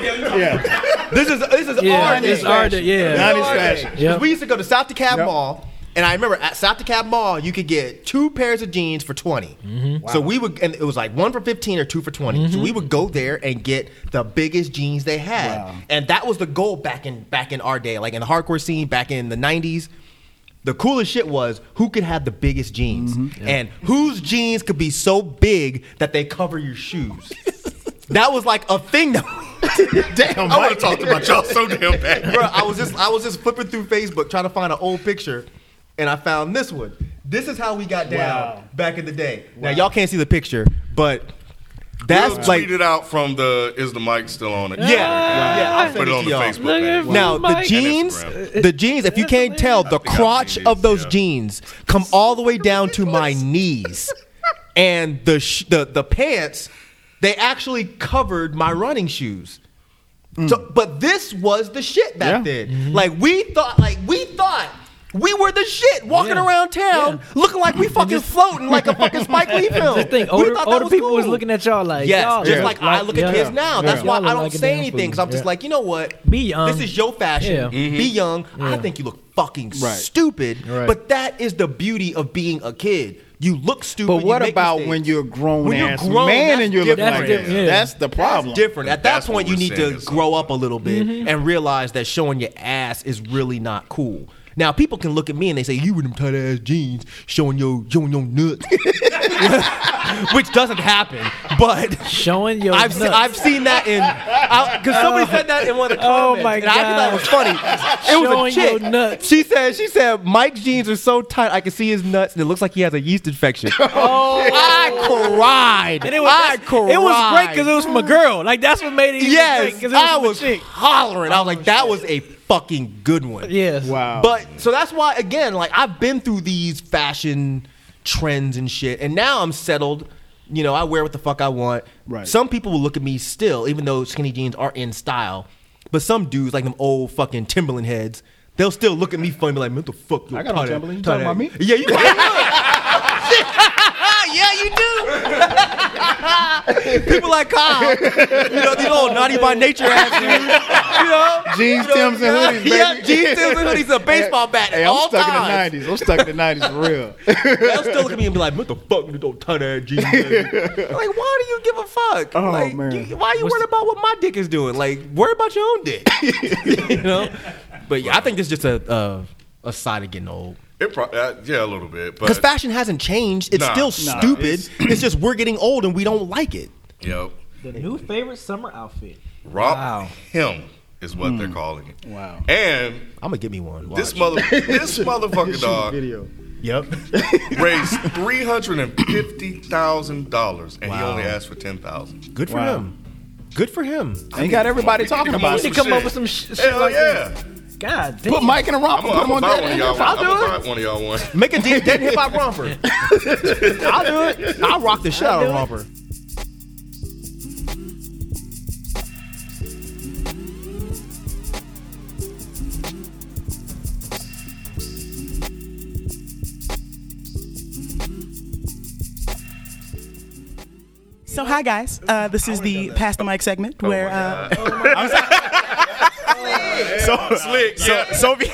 [SPEAKER 3] This is this is
[SPEAKER 4] Yeah,
[SPEAKER 3] our
[SPEAKER 4] it's
[SPEAKER 3] day.
[SPEAKER 4] our day, yeah.
[SPEAKER 3] This is
[SPEAKER 5] Nineties
[SPEAKER 3] our day.
[SPEAKER 5] fashion.
[SPEAKER 3] 'Cause
[SPEAKER 4] Yep.
[SPEAKER 3] We used to go to South DeKalb
[SPEAKER 5] Yep.
[SPEAKER 3] Mall, and I remember at South DeKalb Mall you could get two pairs of jeans for 20 So we would, and it was like one for fifteen or two for 20 So we would go there and get the biggest jeans they had, and that was the goal back in back in our day, like in the hardcore scene back in the nineties. The coolest shit was who could have the biggest jeans and whose jeans could be so big that they cover your shoes. that was like a thing that damn.
[SPEAKER 2] I would have talked about y'all so damn bad.
[SPEAKER 3] Bro, I was just I was just flipping through Facebook trying to find an old picture, and I found this one. This is how we got down
[SPEAKER 5] Wow.
[SPEAKER 3] back in the day. Now y'all can't see the picture, but that's
[SPEAKER 2] We'll
[SPEAKER 3] like
[SPEAKER 2] tweet it out from the is the mic still on it?
[SPEAKER 3] yeah, yeah. I'll send
[SPEAKER 2] Put it on
[SPEAKER 3] to
[SPEAKER 2] the
[SPEAKER 3] y'all.
[SPEAKER 2] Facebook page.
[SPEAKER 3] Now the
[SPEAKER 4] Mike.
[SPEAKER 3] jeans,
[SPEAKER 2] Instagram.
[SPEAKER 3] the jeans. If you can't tell, the
[SPEAKER 2] think I've
[SPEAKER 3] crotch
[SPEAKER 2] seen these,
[SPEAKER 3] of those
[SPEAKER 2] yeah.
[SPEAKER 3] jeans come all the way down to my knees, and the sh- the the pants they actually covered my running shoes. So, but this was the shit back
[SPEAKER 5] Yeah.
[SPEAKER 3] then.
[SPEAKER 4] Mm-hmm.
[SPEAKER 3] Like we thought, like we thought. We were the shit walking
[SPEAKER 4] Yeah.
[SPEAKER 3] around town looking like we fucking floating like a fucking Spike Lee film.
[SPEAKER 4] Just
[SPEAKER 3] We
[SPEAKER 4] think, older,
[SPEAKER 3] thought that
[SPEAKER 4] older people was
[SPEAKER 3] cool.
[SPEAKER 4] looking at y'all like,
[SPEAKER 3] Yes,
[SPEAKER 4] y'all
[SPEAKER 3] just like I look at
[SPEAKER 4] yeah.
[SPEAKER 3] kids now. That's
[SPEAKER 4] Yeah.
[SPEAKER 3] why
[SPEAKER 4] Y'all
[SPEAKER 3] I
[SPEAKER 4] look
[SPEAKER 3] don't
[SPEAKER 4] like a
[SPEAKER 3] say
[SPEAKER 4] damn
[SPEAKER 3] anything because
[SPEAKER 4] fool.
[SPEAKER 3] I'm just
[SPEAKER 4] Yeah.
[SPEAKER 3] like, you know what?
[SPEAKER 4] Be young.
[SPEAKER 3] This is your fashion.
[SPEAKER 4] Yeah.
[SPEAKER 3] Be
[SPEAKER 5] Mm-hmm.
[SPEAKER 3] young. I think you look fucking stupid.
[SPEAKER 4] Right.
[SPEAKER 3] But that is the beauty of being a kid. You look stupid.
[SPEAKER 5] But what
[SPEAKER 3] you make
[SPEAKER 5] about
[SPEAKER 3] mistakes.
[SPEAKER 5] when you're a grown
[SPEAKER 3] When you're
[SPEAKER 5] ass
[SPEAKER 3] grown,
[SPEAKER 5] man
[SPEAKER 3] that's
[SPEAKER 5] and you're
[SPEAKER 3] different.
[SPEAKER 5] looking like
[SPEAKER 4] That's
[SPEAKER 5] that?
[SPEAKER 4] different, yeah.
[SPEAKER 5] That's the problem.
[SPEAKER 3] That's different. At that
[SPEAKER 2] That's what
[SPEAKER 3] point, you
[SPEAKER 2] we're
[SPEAKER 3] need
[SPEAKER 2] saying
[SPEAKER 3] to
[SPEAKER 2] is
[SPEAKER 3] grow up a little bit
[SPEAKER 4] Mm-hmm.
[SPEAKER 3] and realize that showing your ass is really not cool. Now people can look at me and they say, "You with them tight ass jeans, showing your showing your nuts," which doesn't happen. But
[SPEAKER 4] Showing your
[SPEAKER 3] I've seen,
[SPEAKER 4] nuts.
[SPEAKER 3] I've seen that in because somebody said that in one of the
[SPEAKER 4] Oh
[SPEAKER 3] comments.
[SPEAKER 4] my
[SPEAKER 3] and I thought
[SPEAKER 4] God.
[SPEAKER 3] it was funny. It
[SPEAKER 4] Showing
[SPEAKER 3] was a chick.
[SPEAKER 4] your nuts.
[SPEAKER 3] She said, "She said Mike's jeans are so tight, I can see his nuts, and it looks like he has a yeast infection." oh, I cried.
[SPEAKER 4] And it was,
[SPEAKER 3] I cried.
[SPEAKER 4] it was great because it was from a girl. Like that's what made it. even great,
[SPEAKER 3] Yes,
[SPEAKER 4] 'cause it was
[SPEAKER 3] I
[SPEAKER 4] from a
[SPEAKER 3] was
[SPEAKER 4] chick.
[SPEAKER 3] hollering. I was like, that was a fucking good one.
[SPEAKER 4] Yes.
[SPEAKER 5] Wow.
[SPEAKER 3] But so that's why, again, like I've been through these fashion trends and shit, and now I'm settled You know, I wear what the fuck I want.
[SPEAKER 5] Right.
[SPEAKER 3] Some people will look at me still, even though skinny jeans are in style. But some dudes, like them old fucking Timberland heads, they'll still look at me funny, be like, "What the fuck? you
[SPEAKER 5] I got on
[SPEAKER 3] tight ass-
[SPEAKER 5] Timberland. You
[SPEAKER 3] tight
[SPEAKER 5] talking
[SPEAKER 3] ass."
[SPEAKER 5] about me?
[SPEAKER 3] Yeah, you probably would. yeah, you do. People like Kyle, you know, these old naughty by nature ass dudes, you know.
[SPEAKER 5] Jeans,
[SPEAKER 3] You know,
[SPEAKER 5] Timbs, and hoodies,
[SPEAKER 3] Yeah,
[SPEAKER 5] baby.
[SPEAKER 3] jeans, Timbs, and hoodies, a baseball bat.
[SPEAKER 5] Hey,
[SPEAKER 3] at
[SPEAKER 5] I'm
[SPEAKER 3] all
[SPEAKER 5] stuck
[SPEAKER 3] times.
[SPEAKER 5] in the '90s. I'm stuck in the '90s for real.
[SPEAKER 3] They'll still look at me and be like, "What the fuck, you don't ton ass jeans?" baby?" like, why do you give a fuck?
[SPEAKER 5] Oh,
[SPEAKER 3] like,
[SPEAKER 5] man.
[SPEAKER 3] You, why you worried about what my dick is doing? Like, worry about your own dick. you know. But yeah, I think it's just a a, a side of getting old.
[SPEAKER 2] It pro- uh, yeah, a little bit, but
[SPEAKER 3] Because fashion hasn't changed. It's
[SPEAKER 2] Nah,
[SPEAKER 3] still
[SPEAKER 2] nah,
[SPEAKER 3] stupid. It's, just we're getting old and we don't like it.
[SPEAKER 2] Yep.
[SPEAKER 4] The new favorite summer outfit.
[SPEAKER 2] Rob
[SPEAKER 4] Wow.
[SPEAKER 2] him is what they're calling it.
[SPEAKER 5] Wow.
[SPEAKER 2] And
[SPEAKER 3] I'm gonna get me one.
[SPEAKER 2] this
[SPEAKER 3] Watch.
[SPEAKER 2] mother, this motherfucker dog
[SPEAKER 5] Video.
[SPEAKER 3] Yep.
[SPEAKER 2] raised three hundred and fifty thousand dollars, and he
[SPEAKER 3] Wow.
[SPEAKER 2] only asked for ten thousand.
[SPEAKER 3] Good for
[SPEAKER 5] Wow.
[SPEAKER 3] him. Good for him.
[SPEAKER 5] Ain't got everybody talking
[SPEAKER 2] Come
[SPEAKER 5] about
[SPEAKER 2] on,
[SPEAKER 4] They
[SPEAKER 5] it.
[SPEAKER 4] come
[SPEAKER 2] shit.
[SPEAKER 4] up with some sh- shit
[SPEAKER 2] Hell
[SPEAKER 4] like
[SPEAKER 2] yeah!
[SPEAKER 4] this. God damn.
[SPEAKER 5] Put Mike in a romper.
[SPEAKER 2] I'm
[SPEAKER 5] Put him
[SPEAKER 2] gonna
[SPEAKER 5] on
[SPEAKER 2] buy one of
[SPEAKER 5] dead.
[SPEAKER 2] y'all.
[SPEAKER 4] I'll
[SPEAKER 2] One. I'm
[SPEAKER 4] do
[SPEAKER 2] gonna buy one of y'all one.
[SPEAKER 3] Make a dead hip hop romper. I'll do it. I'll rock the shit out of a romper.
[SPEAKER 6] So hi guys, uh, this is the pass the mic segment where uh,
[SPEAKER 1] So,
[SPEAKER 2] Slick,
[SPEAKER 1] so,
[SPEAKER 2] yeah.
[SPEAKER 1] Sophie,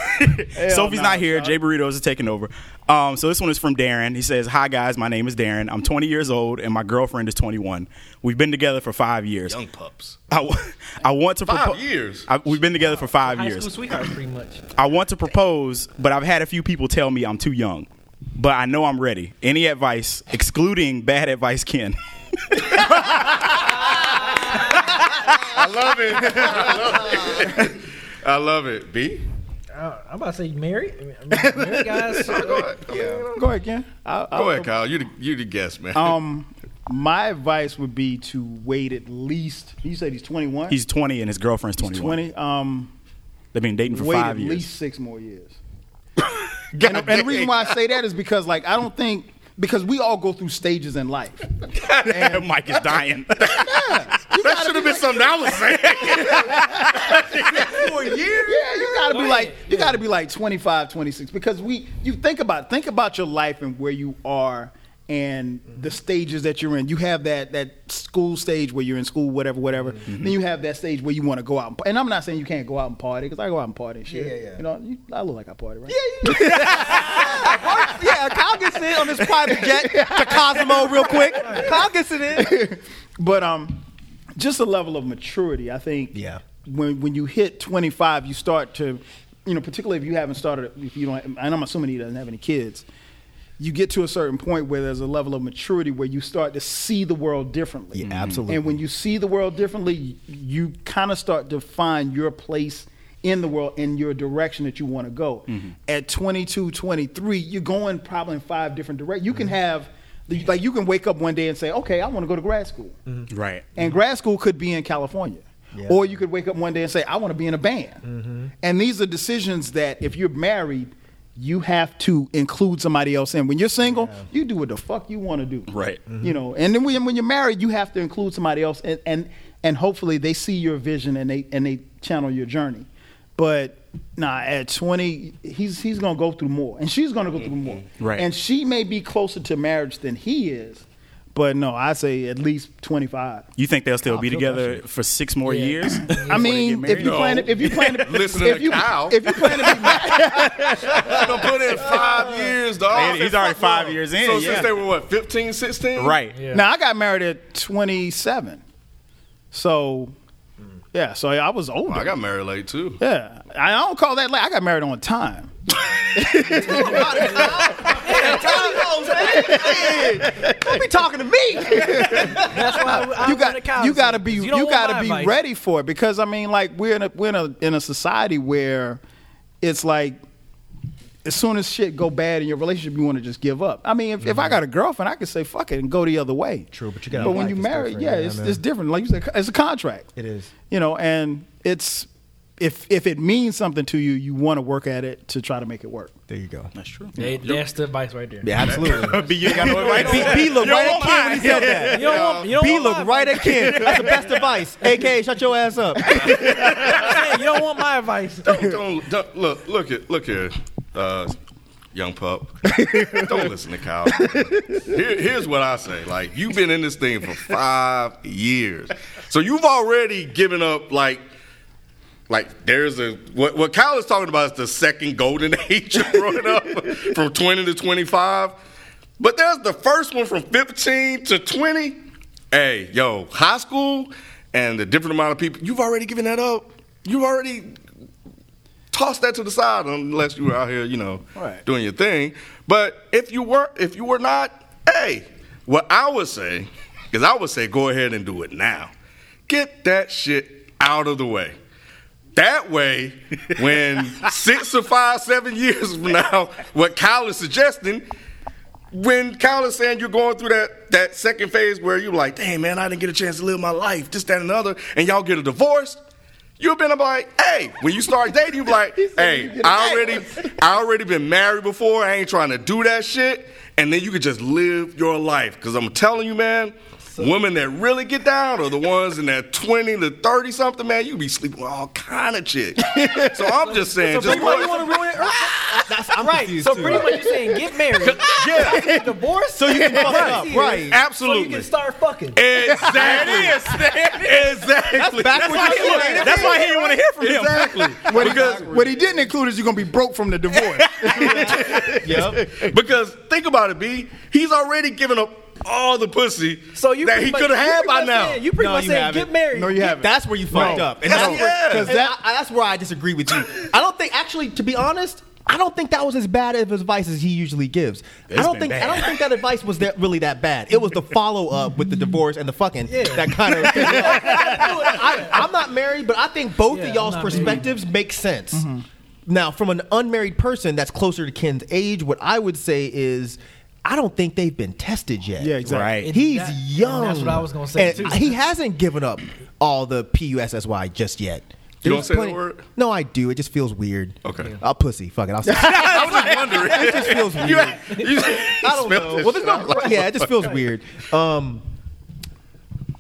[SPEAKER 1] Sophie's
[SPEAKER 5] nah,
[SPEAKER 1] not here. Jay Burritos is taking over. Um, so this one is from Darren. He says, "Hi guys, my name is Darren. I'm 20 years old, and my girlfriend is 21. We've been together for five years.
[SPEAKER 2] Young pups.
[SPEAKER 1] I, w- I want to
[SPEAKER 2] Five
[SPEAKER 1] propo-
[SPEAKER 2] years?
[SPEAKER 1] I, we've been together for five
[SPEAKER 4] High
[SPEAKER 1] years.
[SPEAKER 4] school sweethearts, pretty much.
[SPEAKER 1] I want to propose, but I've had a few people tell me I'm too young. But I know I'm ready. Any advice, excluding bad advice, Ken?
[SPEAKER 2] I love it. I love it. I love it. B.
[SPEAKER 4] Uh, I'm about to say you married. I mean, I'm married guys.
[SPEAKER 2] Go ahead,
[SPEAKER 5] Go ahead, Ken. I, I,
[SPEAKER 2] Go ahead, Kyle. You the you the guest, man.
[SPEAKER 5] Um, my advice would be to wait at least. You said he's 21.
[SPEAKER 1] He's 20 and his girlfriend's 21.
[SPEAKER 5] 20. Um,
[SPEAKER 1] They've been dating for
[SPEAKER 5] wait
[SPEAKER 1] five
[SPEAKER 5] at
[SPEAKER 1] years.
[SPEAKER 5] least six more years.
[SPEAKER 2] God
[SPEAKER 5] and, and the
[SPEAKER 2] dang.
[SPEAKER 5] reason why I say that is because, like, I don't think because we all go through stages in life.
[SPEAKER 1] Mike is dying.
[SPEAKER 2] that should have been something I was saying.
[SPEAKER 5] For years, yeah, you gotta be like, you gotta be like 25, 26 because we, you think about, think about your life and where you are and the stages that you're in. You have that that school stage where you're in school, whatever, whatever.
[SPEAKER 3] Mm-hmm.
[SPEAKER 5] Then you have that stage where you want to go out. And, pa- and I'm not saying you can't go out and party because I go out and party and shit.
[SPEAKER 3] Yeah, yeah, yeah.
[SPEAKER 5] You know, you, I look like I party, right?
[SPEAKER 3] yeah, Kyle gets in on his private jet to Cosmo real quick. Kyle gets it in.
[SPEAKER 5] But um, just a level of maturity, I think.
[SPEAKER 3] Yeah.
[SPEAKER 5] When when you hit 25, you start to, you know, particularly if you haven't started, if you don't, and I'm assuming he doesn't have any kids. You get to a certain point where there's a level of maturity where you start to see the world differently.
[SPEAKER 3] Yeah, absolutely.
[SPEAKER 5] And when you see the world differently, you kind of start to find your place in the world in your direction that you want to go. At 22, 23, you're going probably in five different directions. You can have, like, you can wake up one day and say, okay, I want to go to grad school.
[SPEAKER 1] right.
[SPEAKER 5] And grad school could be in California.
[SPEAKER 3] Yeah.
[SPEAKER 5] Or you could wake up one day and say, I want to be in a band. And these are decisions that if you're married, you have to include somebody else in. When you're single, you do what the fuck you want to do.
[SPEAKER 1] Right.
[SPEAKER 5] You know, and then when, when you're married, you have to include somebody else and, and and hopefully they see your vision and they and they channel your journey. But nah, at 20, he's he's gonna go through more, and she's gonna go through more.
[SPEAKER 2] Mm-hmm.
[SPEAKER 1] Right.
[SPEAKER 5] And she may be closer to marriage than he is, but no, I say at least 25.
[SPEAKER 1] You think they'll still be together for six more years?
[SPEAKER 5] I mean, if you
[SPEAKER 2] No.
[SPEAKER 5] plan to, if you plan to,
[SPEAKER 2] Listen to
[SPEAKER 5] if
[SPEAKER 2] the
[SPEAKER 5] you
[SPEAKER 2] cow.
[SPEAKER 5] if you plan to be married,
[SPEAKER 2] I done put in five years, dog.
[SPEAKER 1] He's already five years in,
[SPEAKER 2] So
[SPEAKER 1] yeah.
[SPEAKER 2] since they were what, 15, 16?
[SPEAKER 1] right.
[SPEAKER 5] now I got married at 27, so yeah, so I was older.
[SPEAKER 2] Mm. I got married late too.
[SPEAKER 5] yeah, I don't call that late. I got married on time.
[SPEAKER 3] Don't be talking to me.
[SPEAKER 4] That's why I,
[SPEAKER 5] you got you got to be you, got to be ready for it because I mean like we're in a we're in a in a society where it's like as soon as shit go bad in your relationship you want to just give up. I mean if, if I got a girlfriend I could say fuck it and go the other way.
[SPEAKER 3] Mm-hmm. True, but you got a
[SPEAKER 5] But when
[SPEAKER 3] wife,
[SPEAKER 5] you
[SPEAKER 3] it's
[SPEAKER 5] marry,
[SPEAKER 3] different.
[SPEAKER 5] yeah,
[SPEAKER 3] Yeah,
[SPEAKER 5] it's
[SPEAKER 3] man.
[SPEAKER 5] it's different. Like you said, it's a contract.
[SPEAKER 3] It is.
[SPEAKER 5] You know, and it's if if it means something to you, you want to work at it to try to make it work.
[SPEAKER 3] There you go.
[SPEAKER 5] That's true.
[SPEAKER 4] They- that's the advice right there.
[SPEAKER 3] Yeah, absolutely.
[SPEAKER 1] you got no right
[SPEAKER 3] B, B looked
[SPEAKER 1] You
[SPEAKER 3] right
[SPEAKER 1] don't
[SPEAKER 3] at Kim when he said that.
[SPEAKER 4] You don't want, you don't
[SPEAKER 3] B
[SPEAKER 4] want
[SPEAKER 3] looked
[SPEAKER 4] my,
[SPEAKER 3] right at Kim. That's the best advice. AK, shut your ass up.
[SPEAKER 4] at You don't want my advice.
[SPEAKER 2] don't, don't, don't- look, look at, look here, uh, young pup. don't listen to Kyle. Here, here's what I say: like you've been in this thing for five years, so you've already given up. Like, like there's a what, what Kyle is talking about is the second golden age of growing up from 20 to 25, but there's the first one from 15 to 20. Hey, yo, high school and the different amount of people you've already given that up. You've already toss that to the side unless you were out here, you know,
[SPEAKER 5] Right.
[SPEAKER 2] doing your thing. But if you were, if you were not, hey, what I would say is I would say go ahead and do it now. Get that shit out of the way. That way, when six or five, seven years from now, what Kyle is suggesting, when Kyle is saying you're going through that that second phase where you're like, dang man, I didn't get a chance to live my life, this, that, and the other, and y'all get a divorce, you've been like, hey, when you start dating, you be like, hey, I already I already been married before, I ain't trying to do that shit. And then you could just live your life. Cause I'm telling you, man, women that really get down are the ones in that 20 to 30 something, man, you be sleeping with all kind of chicks. So I'm just saying, just
[SPEAKER 4] Why you
[SPEAKER 2] go,
[SPEAKER 4] want to ruin it?
[SPEAKER 3] That's, I'm
[SPEAKER 4] Right. So pretty much you're saying get married. yeah. Divorce. So you can
[SPEAKER 3] Right, right.
[SPEAKER 4] So you
[SPEAKER 2] absolutely.
[SPEAKER 4] can start fucking.
[SPEAKER 2] Exactly. exactly.
[SPEAKER 3] backwards
[SPEAKER 2] That's why
[SPEAKER 3] shit,
[SPEAKER 2] he-
[SPEAKER 3] ain't it?
[SPEAKER 2] That's why he didn't want to hear from him. Exactly.
[SPEAKER 5] What he, what he didn't include is you're gonna be broke from the divorce.
[SPEAKER 2] Because think about it, B. He's already given up all the pussy
[SPEAKER 4] So you
[SPEAKER 2] that
[SPEAKER 4] pretty
[SPEAKER 2] he
[SPEAKER 4] much-
[SPEAKER 2] could have
[SPEAKER 4] you
[SPEAKER 2] had
[SPEAKER 4] pretty
[SPEAKER 2] by
[SPEAKER 4] much
[SPEAKER 2] now.
[SPEAKER 4] saying- you pretty
[SPEAKER 5] No,
[SPEAKER 4] much
[SPEAKER 5] you
[SPEAKER 4] saying
[SPEAKER 5] haven't.
[SPEAKER 4] get married.
[SPEAKER 5] No, you haven't.
[SPEAKER 3] That's where you fucked
[SPEAKER 5] No.
[SPEAKER 3] up, and
[SPEAKER 2] That's-
[SPEAKER 3] that's,
[SPEAKER 2] yeah.
[SPEAKER 3] where, 'cause that, I, that's where I disagree with you. I don't think, actually, to be honest, I don't think that was as bad of advice as he usually gives. I don't
[SPEAKER 1] been
[SPEAKER 3] think
[SPEAKER 1] bad.
[SPEAKER 3] I don't think that advice was that really that bad. It was the follow up with the divorce and the fucking that kind of. I, I'm not married, but I think both
[SPEAKER 4] Yeah,
[SPEAKER 3] of
[SPEAKER 4] I'm
[SPEAKER 3] y'all's
[SPEAKER 4] not
[SPEAKER 3] perspectives make sense. Now, from an unmarried person that's closer to Ken's age, what I would say is. I don't think they've been tested yet.
[SPEAKER 5] Yeah, exactly. Right.
[SPEAKER 4] And
[SPEAKER 3] He's
[SPEAKER 4] that- and
[SPEAKER 3] young.
[SPEAKER 4] that's what I was gonna say,
[SPEAKER 3] And
[SPEAKER 4] too.
[SPEAKER 3] He hasn't given up all the P-U-S-S-Y just yet.
[SPEAKER 2] You don't
[SPEAKER 3] There's
[SPEAKER 2] say the
[SPEAKER 3] plenty-
[SPEAKER 2] word?
[SPEAKER 3] No, I do. It just feels weird.
[SPEAKER 2] Okay. Yeah.
[SPEAKER 3] I'll pussy. Fuck it. I'll say
[SPEAKER 2] I was just wondering.
[SPEAKER 3] It just feels weird. I
[SPEAKER 2] You-
[SPEAKER 3] don't know. Well, there's no. Yeah, it just feels weird. Um,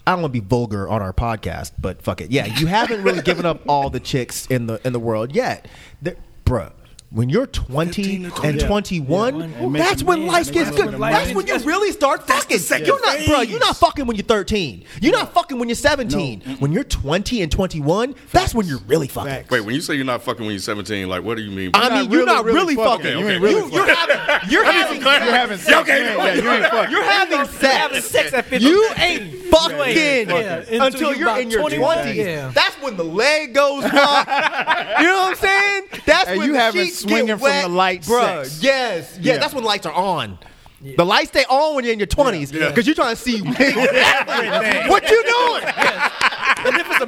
[SPEAKER 3] I don't want to be vulgar on our podcast, but fuck it. Yeah, you haven't really given up all the chicks in the in the world yet, There- bruh. When you're 20 and 21,
[SPEAKER 4] And
[SPEAKER 5] make
[SPEAKER 3] that's
[SPEAKER 5] a
[SPEAKER 3] when
[SPEAKER 5] man,
[SPEAKER 3] life
[SPEAKER 5] make
[SPEAKER 3] gets
[SPEAKER 5] a
[SPEAKER 3] good.
[SPEAKER 5] man.
[SPEAKER 3] That's when you really start fucking. You're not, bruh. You're not fucking when you're 13. You're not fucking when you're 17. When you're 20 and 21, that's when you're really fucking.
[SPEAKER 5] Facts.
[SPEAKER 2] Wait, when you say you're not fucking when you're 17, like, what do you mean? by
[SPEAKER 3] I
[SPEAKER 2] that?
[SPEAKER 3] mean, you're not really, fucking.
[SPEAKER 2] Okay,
[SPEAKER 5] You
[SPEAKER 2] okay.
[SPEAKER 5] ain't really
[SPEAKER 3] You,
[SPEAKER 5] fucking.
[SPEAKER 3] you're having, you're having,
[SPEAKER 5] You're having sex.
[SPEAKER 2] okay.
[SPEAKER 5] You ain't- yeah, you ain't fucking.
[SPEAKER 3] you're having sex.
[SPEAKER 4] having sex at 15.
[SPEAKER 3] You ain't fucking
[SPEAKER 4] Yeah, until
[SPEAKER 3] until
[SPEAKER 4] you
[SPEAKER 3] you're
[SPEAKER 4] about
[SPEAKER 3] in your
[SPEAKER 4] 21.
[SPEAKER 3] twenties.
[SPEAKER 4] Yeah.
[SPEAKER 3] That's when the leg goes up. you know what I'm saying? That's
[SPEAKER 5] And
[SPEAKER 3] when
[SPEAKER 5] you
[SPEAKER 3] the
[SPEAKER 5] having
[SPEAKER 3] sheets
[SPEAKER 5] swinging
[SPEAKER 3] get
[SPEAKER 5] from
[SPEAKER 3] wet.
[SPEAKER 5] the light
[SPEAKER 3] Bruh,
[SPEAKER 5] sex.
[SPEAKER 3] Yes, yeah,
[SPEAKER 5] Yeah.
[SPEAKER 3] That's when lights are on. The lights stay on when you're in your 20s because you're trying to see everything. what you doing?
[SPEAKER 4] And if it's a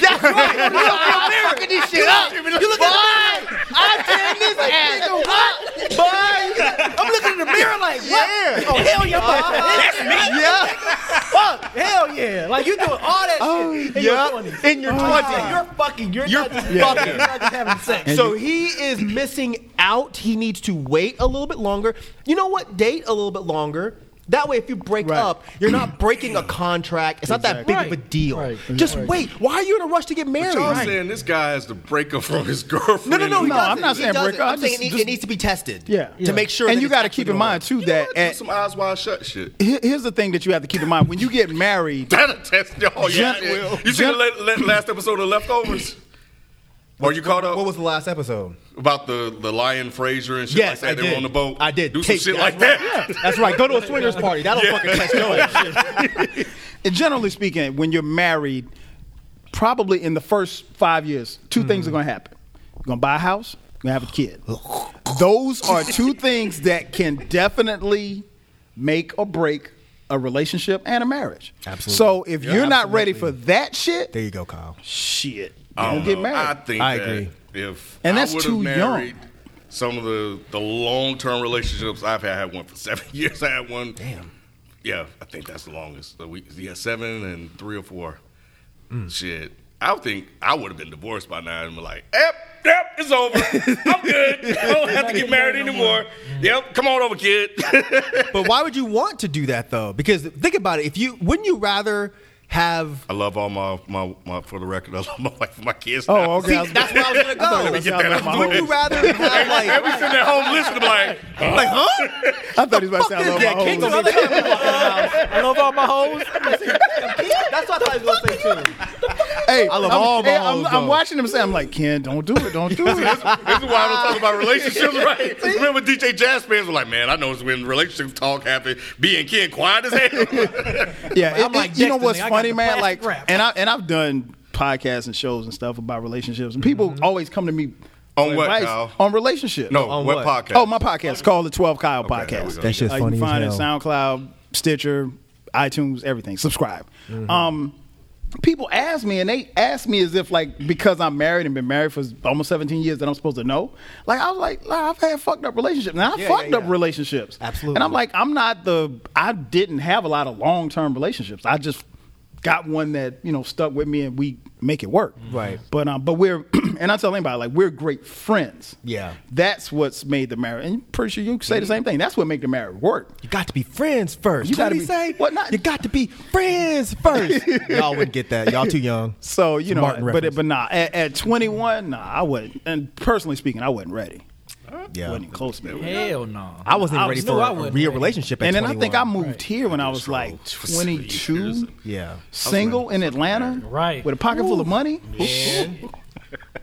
[SPEAKER 3] That's right. You look in the mirror. Fucking this shit up. You look at I'm tearing this ass up. Boy. I'm looking in the mirror like, what? Yeah. Oh, hell yeah. That's me. Yeah. Fuck.
[SPEAKER 4] hell yeah. Like you doing all that shit in
[SPEAKER 3] Oh, yeah.
[SPEAKER 4] your 20s.
[SPEAKER 3] In your 20s.
[SPEAKER 4] You're fucking. You're,
[SPEAKER 3] You're
[SPEAKER 4] not just
[SPEAKER 3] Yeah.
[SPEAKER 4] fucking. You're not just having sex.
[SPEAKER 3] So he is missing out. He needs to wait a little bit longer. You know what? Date a little bit longer. That way, if you break
[SPEAKER 5] Right.
[SPEAKER 3] up, you're not breaking a contract. It's not that big of a
[SPEAKER 4] Right.
[SPEAKER 3] deal.
[SPEAKER 4] Right.
[SPEAKER 3] Just wait. Why are you in a rush to get married?
[SPEAKER 2] Y'all saying this guy has to break up from his girlfriend.
[SPEAKER 3] No, no, no. he
[SPEAKER 5] No, I'm
[SPEAKER 3] doesn't.
[SPEAKER 5] not
[SPEAKER 3] He
[SPEAKER 5] saying
[SPEAKER 3] doesn't.
[SPEAKER 5] break up.
[SPEAKER 3] I'm saying
[SPEAKER 5] Just-
[SPEAKER 3] it- it
[SPEAKER 5] just-
[SPEAKER 3] needs to be tested.
[SPEAKER 5] Yeah.
[SPEAKER 3] To
[SPEAKER 5] Yeah.
[SPEAKER 3] make sure.
[SPEAKER 5] and
[SPEAKER 3] that
[SPEAKER 5] you
[SPEAKER 3] it's
[SPEAKER 5] got to
[SPEAKER 3] actually
[SPEAKER 5] keep in
[SPEAKER 3] going.
[SPEAKER 5] mind too
[SPEAKER 2] You know
[SPEAKER 5] that
[SPEAKER 2] what? Do
[SPEAKER 5] at,
[SPEAKER 2] some eyes wide shut shit.
[SPEAKER 5] here- here's the thing that you have to keep in mind when you get married.
[SPEAKER 2] That'll test y'all. Yeah,
[SPEAKER 5] Gen-
[SPEAKER 2] it will. You seen
[SPEAKER 5] Gen-
[SPEAKER 2] the la- la- last episode of Leftovers? Are you caught up
[SPEAKER 3] What was the last episode?
[SPEAKER 2] about the the lion Fraser and shit like
[SPEAKER 3] Yes,
[SPEAKER 2] that?
[SPEAKER 3] I
[SPEAKER 2] they
[SPEAKER 3] did.
[SPEAKER 2] were on the boat.
[SPEAKER 3] I did.
[SPEAKER 2] do some
[SPEAKER 3] Take-
[SPEAKER 2] shit
[SPEAKER 3] that's
[SPEAKER 2] like
[SPEAKER 3] right.
[SPEAKER 2] that.
[SPEAKER 3] That's right. Go to a swingers party. That'll fucking test your ass.
[SPEAKER 5] And generally speaking, when you're married, probably in the first five years, 2 things are going to happen. You're going to buy a house, you're going to have a kid. Those are two things that can definitely make or break a relationship and a marriage.
[SPEAKER 3] Absolutely.
[SPEAKER 5] So if
[SPEAKER 3] Yeah,
[SPEAKER 5] you're not ready for
[SPEAKER 3] absolutely.
[SPEAKER 5] that shit,
[SPEAKER 3] There you go, Kyle.
[SPEAKER 5] shit,
[SPEAKER 2] I
[SPEAKER 5] don't, get
[SPEAKER 2] know.
[SPEAKER 5] married.
[SPEAKER 2] I think
[SPEAKER 3] I
[SPEAKER 2] that
[SPEAKER 3] agree.
[SPEAKER 2] If
[SPEAKER 5] And
[SPEAKER 2] I
[SPEAKER 5] that's
[SPEAKER 2] would've
[SPEAKER 5] too young.
[SPEAKER 2] married Some of the the long term relationships I've had, I had one for seven years. I had one. Damn. Yeah, I think that's the longest. So we, yeah, seven and three or four. Shit. I think I would have been divorced by now and be like, yep, yep, it's over. I'm good. I don't have to get married anymore. Yep, come on over, kid.
[SPEAKER 3] But why would you want to do that though? Because think about it. If you wouldn't you rather have
[SPEAKER 2] I love all my, my, my, for the record, I love my wife and my kids. now.
[SPEAKER 5] Oh, okay. I was-
[SPEAKER 3] that's where I was gonna
[SPEAKER 5] I thought
[SPEAKER 3] go.
[SPEAKER 5] it was- I was-
[SPEAKER 3] Would you rather have like
[SPEAKER 2] Every sitting at
[SPEAKER 3] oh,
[SPEAKER 2] home listening, be like,
[SPEAKER 3] like huh?
[SPEAKER 5] I thought he was about to say I love my
[SPEAKER 3] Yeah, King
[SPEAKER 5] hoes.
[SPEAKER 3] gonna be
[SPEAKER 4] I love all my hoes.
[SPEAKER 3] That's what I thought he was gonna say too.
[SPEAKER 5] Hey,
[SPEAKER 3] I love
[SPEAKER 5] I'm,
[SPEAKER 3] all my
[SPEAKER 5] hey, I'm,
[SPEAKER 3] hoes,
[SPEAKER 5] I'm
[SPEAKER 3] though.
[SPEAKER 5] watching him say, I'm like, Ken, don't do it, don't do it.
[SPEAKER 2] This is why I don't talk about relationships, right? Remember DJ Jazz fans were like, man, I know it's when relationship talk happened, being Ken quiet as hell.
[SPEAKER 5] Yeah, it-
[SPEAKER 4] I'm like
[SPEAKER 5] it- you know
[SPEAKER 4] Dexter,
[SPEAKER 5] what's
[SPEAKER 4] nigga, I got
[SPEAKER 5] funny,
[SPEAKER 4] the
[SPEAKER 5] man?
[SPEAKER 4] plastic
[SPEAKER 5] Like,
[SPEAKER 4] wrap.
[SPEAKER 5] and I and I've done podcasts and shows and stuff about relationships, and people always come to me
[SPEAKER 2] On
[SPEAKER 5] for
[SPEAKER 2] what,
[SPEAKER 5] advice
[SPEAKER 2] Kyle?
[SPEAKER 5] on relationships.
[SPEAKER 2] no,
[SPEAKER 3] On
[SPEAKER 2] what,
[SPEAKER 3] what?
[SPEAKER 2] podcast?
[SPEAKER 5] oh, my podcast It's called the Twelve Kyle
[SPEAKER 2] Okay, there we
[SPEAKER 5] Podcast.
[SPEAKER 2] go.
[SPEAKER 3] That shit's
[SPEAKER 5] Uh,
[SPEAKER 3] funny
[SPEAKER 5] You
[SPEAKER 3] as
[SPEAKER 5] can find it
[SPEAKER 3] hell.
[SPEAKER 5] SoundCloud, Stitcher, iTunes, everything. Subscribe.
[SPEAKER 3] Mm-hmm.
[SPEAKER 5] Um, people ask me, and they ask me as if like because I'm married and been married for almost 17 years that I'm supposed to know. Like I was like, nah, I've had fucked up relationships, and I
[SPEAKER 3] Yeah,
[SPEAKER 5] fucked
[SPEAKER 3] yeah,
[SPEAKER 5] up
[SPEAKER 3] yeah.
[SPEAKER 5] relationships.
[SPEAKER 3] Absolutely.
[SPEAKER 5] And I'm like, I'm not the. I didn't have a lot of long term relationships. I just got one that you know stuck with me, and we make it work.
[SPEAKER 3] Right.
[SPEAKER 5] But um, but we're and I tell anybody like we're great friends.
[SPEAKER 3] Yeah. Mm-hmm.
[SPEAKER 5] That's what's made the marriage. And pretty sure you say the same thing. That's what make the marriage work.
[SPEAKER 3] You got to be friends first.
[SPEAKER 5] You
[SPEAKER 3] You got
[SPEAKER 5] gotta
[SPEAKER 3] to
[SPEAKER 5] be-
[SPEAKER 3] be say
[SPEAKER 5] what not-
[SPEAKER 3] You got to be friends first. Y'all wouldn't get that. Y'all too young.
[SPEAKER 5] So you
[SPEAKER 3] It's a
[SPEAKER 5] know,
[SPEAKER 3] Martin
[SPEAKER 5] but
[SPEAKER 3] reference.
[SPEAKER 5] but nah, at, at 21, nah, I wouldn't. And personally speaking, I wasn't ready.
[SPEAKER 3] Yeah.
[SPEAKER 5] wasn't even close, man.
[SPEAKER 4] Hell no.
[SPEAKER 3] I wasn't ready
[SPEAKER 4] knew
[SPEAKER 3] for
[SPEAKER 4] I
[SPEAKER 3] a
[SPEAKER 4] wasn't
[SPEAKER 3] real
[SPEAKER 4] ready.
[SPEAKER 3] relationship. At
[SPEAKER 5] And then I think I
[SPEAKER 3] 21.
[SPEAKER 5] moved here when I was like
[SPEAKER 2] for six years.
[SPEAKER 5] 22.
[SPEAKER 3] Yeah.
[SPEAKER 5] Single in Atlanta,
[SPEAKER 4] Right.
[SPEAKER 5] With a pocket full of money, nigga.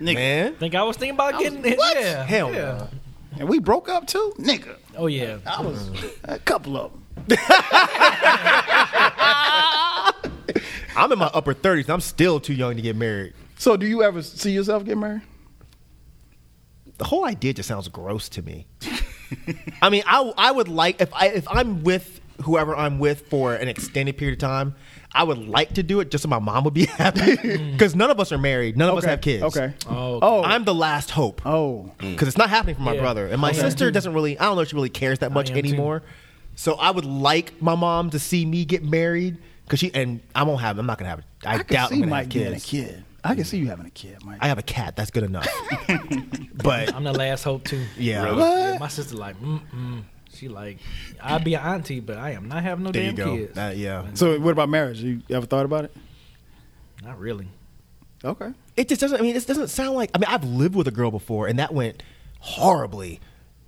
[SPEAKER 3] Man,
[SPEAKER 4] Think I was thinking about getting it.
[SPEAKER 5] what?
[SPEAKER 4] Yeah.
[SPEAKER 3] Hell
[SPEAKER 4] yeah.
[SPEAKER 3] no.
[SPEAKER 5] and we broke up too, nigga.
[SPEAKER 4] Oh yeah.
[SPEAKER 5] I was a couple of them.
[SPEAKER 3] I'm in my upper 30s. I'm still too young to get married.
[SPEAKER 5] So, do you ever see yourself get married?
[SPEAKER 3] The whole idea just sounds gross to me. I mean, I I would like if I if I'm with whoever I'm with for an extended period of time, I would like to do it just so my mom would be happy because none of us are married, none of us have kids.
[SPEAKER 5] Mm. Okay.
[SPEAKER 4] Oh, okay.
[SPEAKER 5] Oh.
[SPEAKER 3] I'm the last hope.
[SPEAKER 5] oh.
[SPEAKER 3] because it's not happening for my
[SPEAKER 4] Yeah.
[SPEAKER 3] brother and my sister doesn't really i don't know if she really cares that much
[SPEAKER 4] am too.
[SPEAKER 3] anymore so i would like my mom to see me get married because she and i won't have i'm not gonna have it i,
[SPEAKER 5] I can
[SPEAKER 3] doubt i'm
[SPEAKER 5] see
[SPEAKER 3] gonna
[SPEAKER 5] Mike
[SPEAKER 3] have
[SPEAKER 5] getting a
[SPEAKER 3] kids
[SPEAKER 5] kid. I can see you having a kid, Mike.
[SPEAKER 3] i have a cat that's good enough but
[SPEAKER 4] I'm the last hope too.
[SPEAKER 3] yeah
[SPEAKER 4] Yeah, my sister like, mm-mm. she like, I'll be an auntie, but I am not having no
[SPEAKER 3] there you
[SPEAKER 4] damn
[SPEAKER 3] go
[SPEAKER 4] kids.
[SPEAKER 3] That- yeah
[SPEAKER 5] So, what about marriage? You ever thought about it?
[SPEAKER 4] Not really.
[SPEAKER 5] Okay.
[SPEAKER 3] it just doesn't i mean it doesn't sound like i mean i've lived with a girl before and that went horribly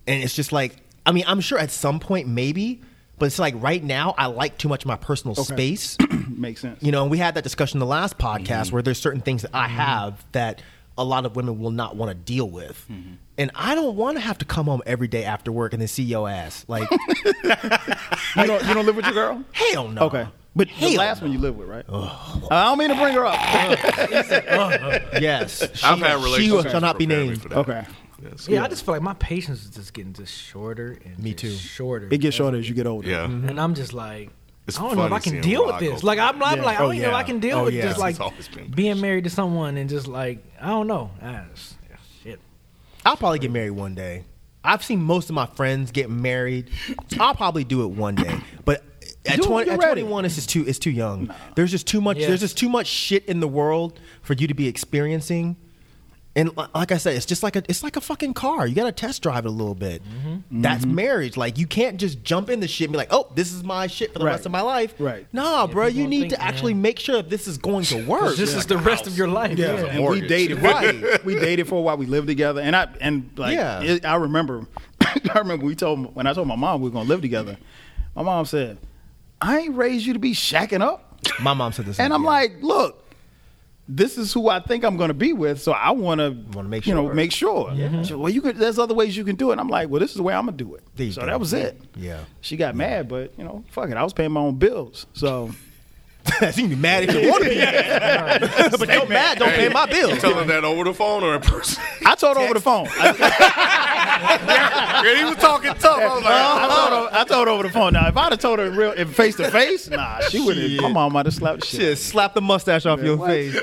[SPEAKER 3] and it's just like i mean i'm sure at some point maybe but it's like right now i like too much of my personal space
[SPEAKER 5] Makes sense.
[SPEAKER 3] you know, and we had that discussion in the last podcast
[SPEAKER 5] Mm-hmm.
[SPEAKER 3] where there's certain things that I have that a lot of women will not want to deal with.
[SPEAKER 5] Mm-hmm.
[SPEAKER 3] And I don't want to have to come home every day after work and then see your ass. Like,
[SPEAKER 5] You don't, you don't live with your girl?
[SPEAKER 3] hell no.
[SPEAKER 5] Okay. But the
[SPEAKER 3] Hell
[SPEAKER 5] last
[SPEAKER 3] no.
[SPEAKER 5] one you live with, right? I don't mean to bring her up.
[SPEAKER 3] Yes.
[SPEAKER 2] I've
[SPEAKER 3] She-
[SPEAKER 2] had relationships.
[SPEAKER 3] She shall not be
[SPEAKER 2] prepare me
[SPEAKER 3] named.
[SPEAKER 2] for that.
[SPEAKER 5] okay.
[SPEAKER 4] Yeah, I just feel like my patience is just getting just shorter and
[SPEAKER 3] Me
[SPEAKER 4] just
[SPEAKER 3] too.
[SPEAKER 4] shorter.
[SPEAKER 5] It gets shorter as you get older.
[SPEAKER 2] Yeah.
[SPEAKER 4] Mm-hmm. and I'm just like,
[SPEAKER 2] It's
[SPEAKER 4] I don't know if
[SPEAKER 2] funny
[SPEAKER 4] I can
[SPEAKER 2] seeing
[SPEAKER 4] deal with
[SPEAKER 2] Rocco.
[SPEAKER 4] this. Like I'm, I'm
[SPEAKER 5] Yeah.
[SPEAKER 4] like, I
[SPEAKER 5] Oh,
[SPEAKER 4] don't even know
[SPEAKER 3] yeah.
[SPEAKER 4] if I can deal
[SPEAKER 3] Oh,
[SPEAKER 4] with
[SPEAKER 3] yeah.
[SPEAKER 4] just like
[SPEAKER 2] It's always been
[SPEAKER 4] being married to someone and just like I don't know. Ah, it's- yeah, shit.
[SPEAKER 3] I'll probably get married one day. I've seen most of my friends get married. I'll probably do it one day, but at,
[SPEAKER 5] Do it
[SPEAKER 3] 20,
[SPEAKER 5] when
[SPEAKER 3] at
[SPEAKER 5] you're ready.
[SPEAKER 3] 21, it's just too it's too young. There's just too much.
[SPEAKER 4] Yes.
[SPEAKER 3] There's just too much shit in the world for you to be experiencing. And li- like I said, it's just like a it's like a fucking car. You got to test drive it a little bit.
[SPEAKER 5] Mm-hmm.
[SPEAKER 3] That's marriage. Like you can't just jump in the shit and be like, oh, this is my shit for the
[SPEAKER 5] Right.
[SPEAKER 3] rest of my life.
[SPEAKER 5] Right.
[SPEAKER 3] Nah, bro,
[SPEAKER 4] people
[SPEAKER 3] you
[SPEAKER 4] don't
[SPEAKER 3] need
[SPEAKER 4] think,
[SPEAKER 3] to
[SPEAKER 4] man.
[SPEAKER 3] actually make sure that this is going to work.
[SPEAKER 4] This is the rest of your life. Yeah.
[SPEAKER 5] And we
[SPEAKER 2] Mortgage.
[SPEAKER 5] dated.
[SPEAKER 3] Right.
[SPEAKER 5] We dated for a while. We lived together, and I and like
[SPEAKER 3] Yeah.
[SPEAKER 5] it- I remember. I remember we told when I told my mom we were gonna live together. My mom said, "I ain't raised you to be shacking up."
[SPEAKER 3] my mom said this,
[SPEAKER 5] And I'm
[SPEAKER 3] yeah.
[SPEAKER 5] like, look, this is who I think I'm going to be with, so I want to,
[SPEAKER 3] Wanna make
[SPEAKER 5] you know,
[SPEAKER 3] sure.
[SPEAKER 5] make sure. She- well, you could. There's other ways you can do it. And I'm like, well, this is the way I'm gonna do it.
[SPEAKER 3] There you
[SPEAKER 5] so
[SPEAKER 3] go.
[SPEAKER 5] that was it.
[SPEAKER 3] Yeah.
[SPEAKER 5] She got mad, but you know, fuck it. I was paying my own bills, so
[SPEAKER 3] you can be mad if you want to be mad. but don't mad. Don't pay my
[SPEAKER 2] You
[SPEAKER 3] bills.
[SPEAKER 2] telling that over the phone or in person?
[SPEAKER 5] I told her over the phone. I,
[SPEAKER 2] yeah, he was talking tough. I was like,
[SPEAKER 5] I
[SPEAKER 3] Uh-huh. Oh.
[SPEAKER 5] told her, I told her over the phone. Now, if I'd have told her in real, if face to face, nah, she wouldn't.
[SPEAKER 3] Shit.
[SPEAKER 5] My mom might have slapped the shit. out of her.
[SPEAKER 3] Shit, slap the mustache off your face.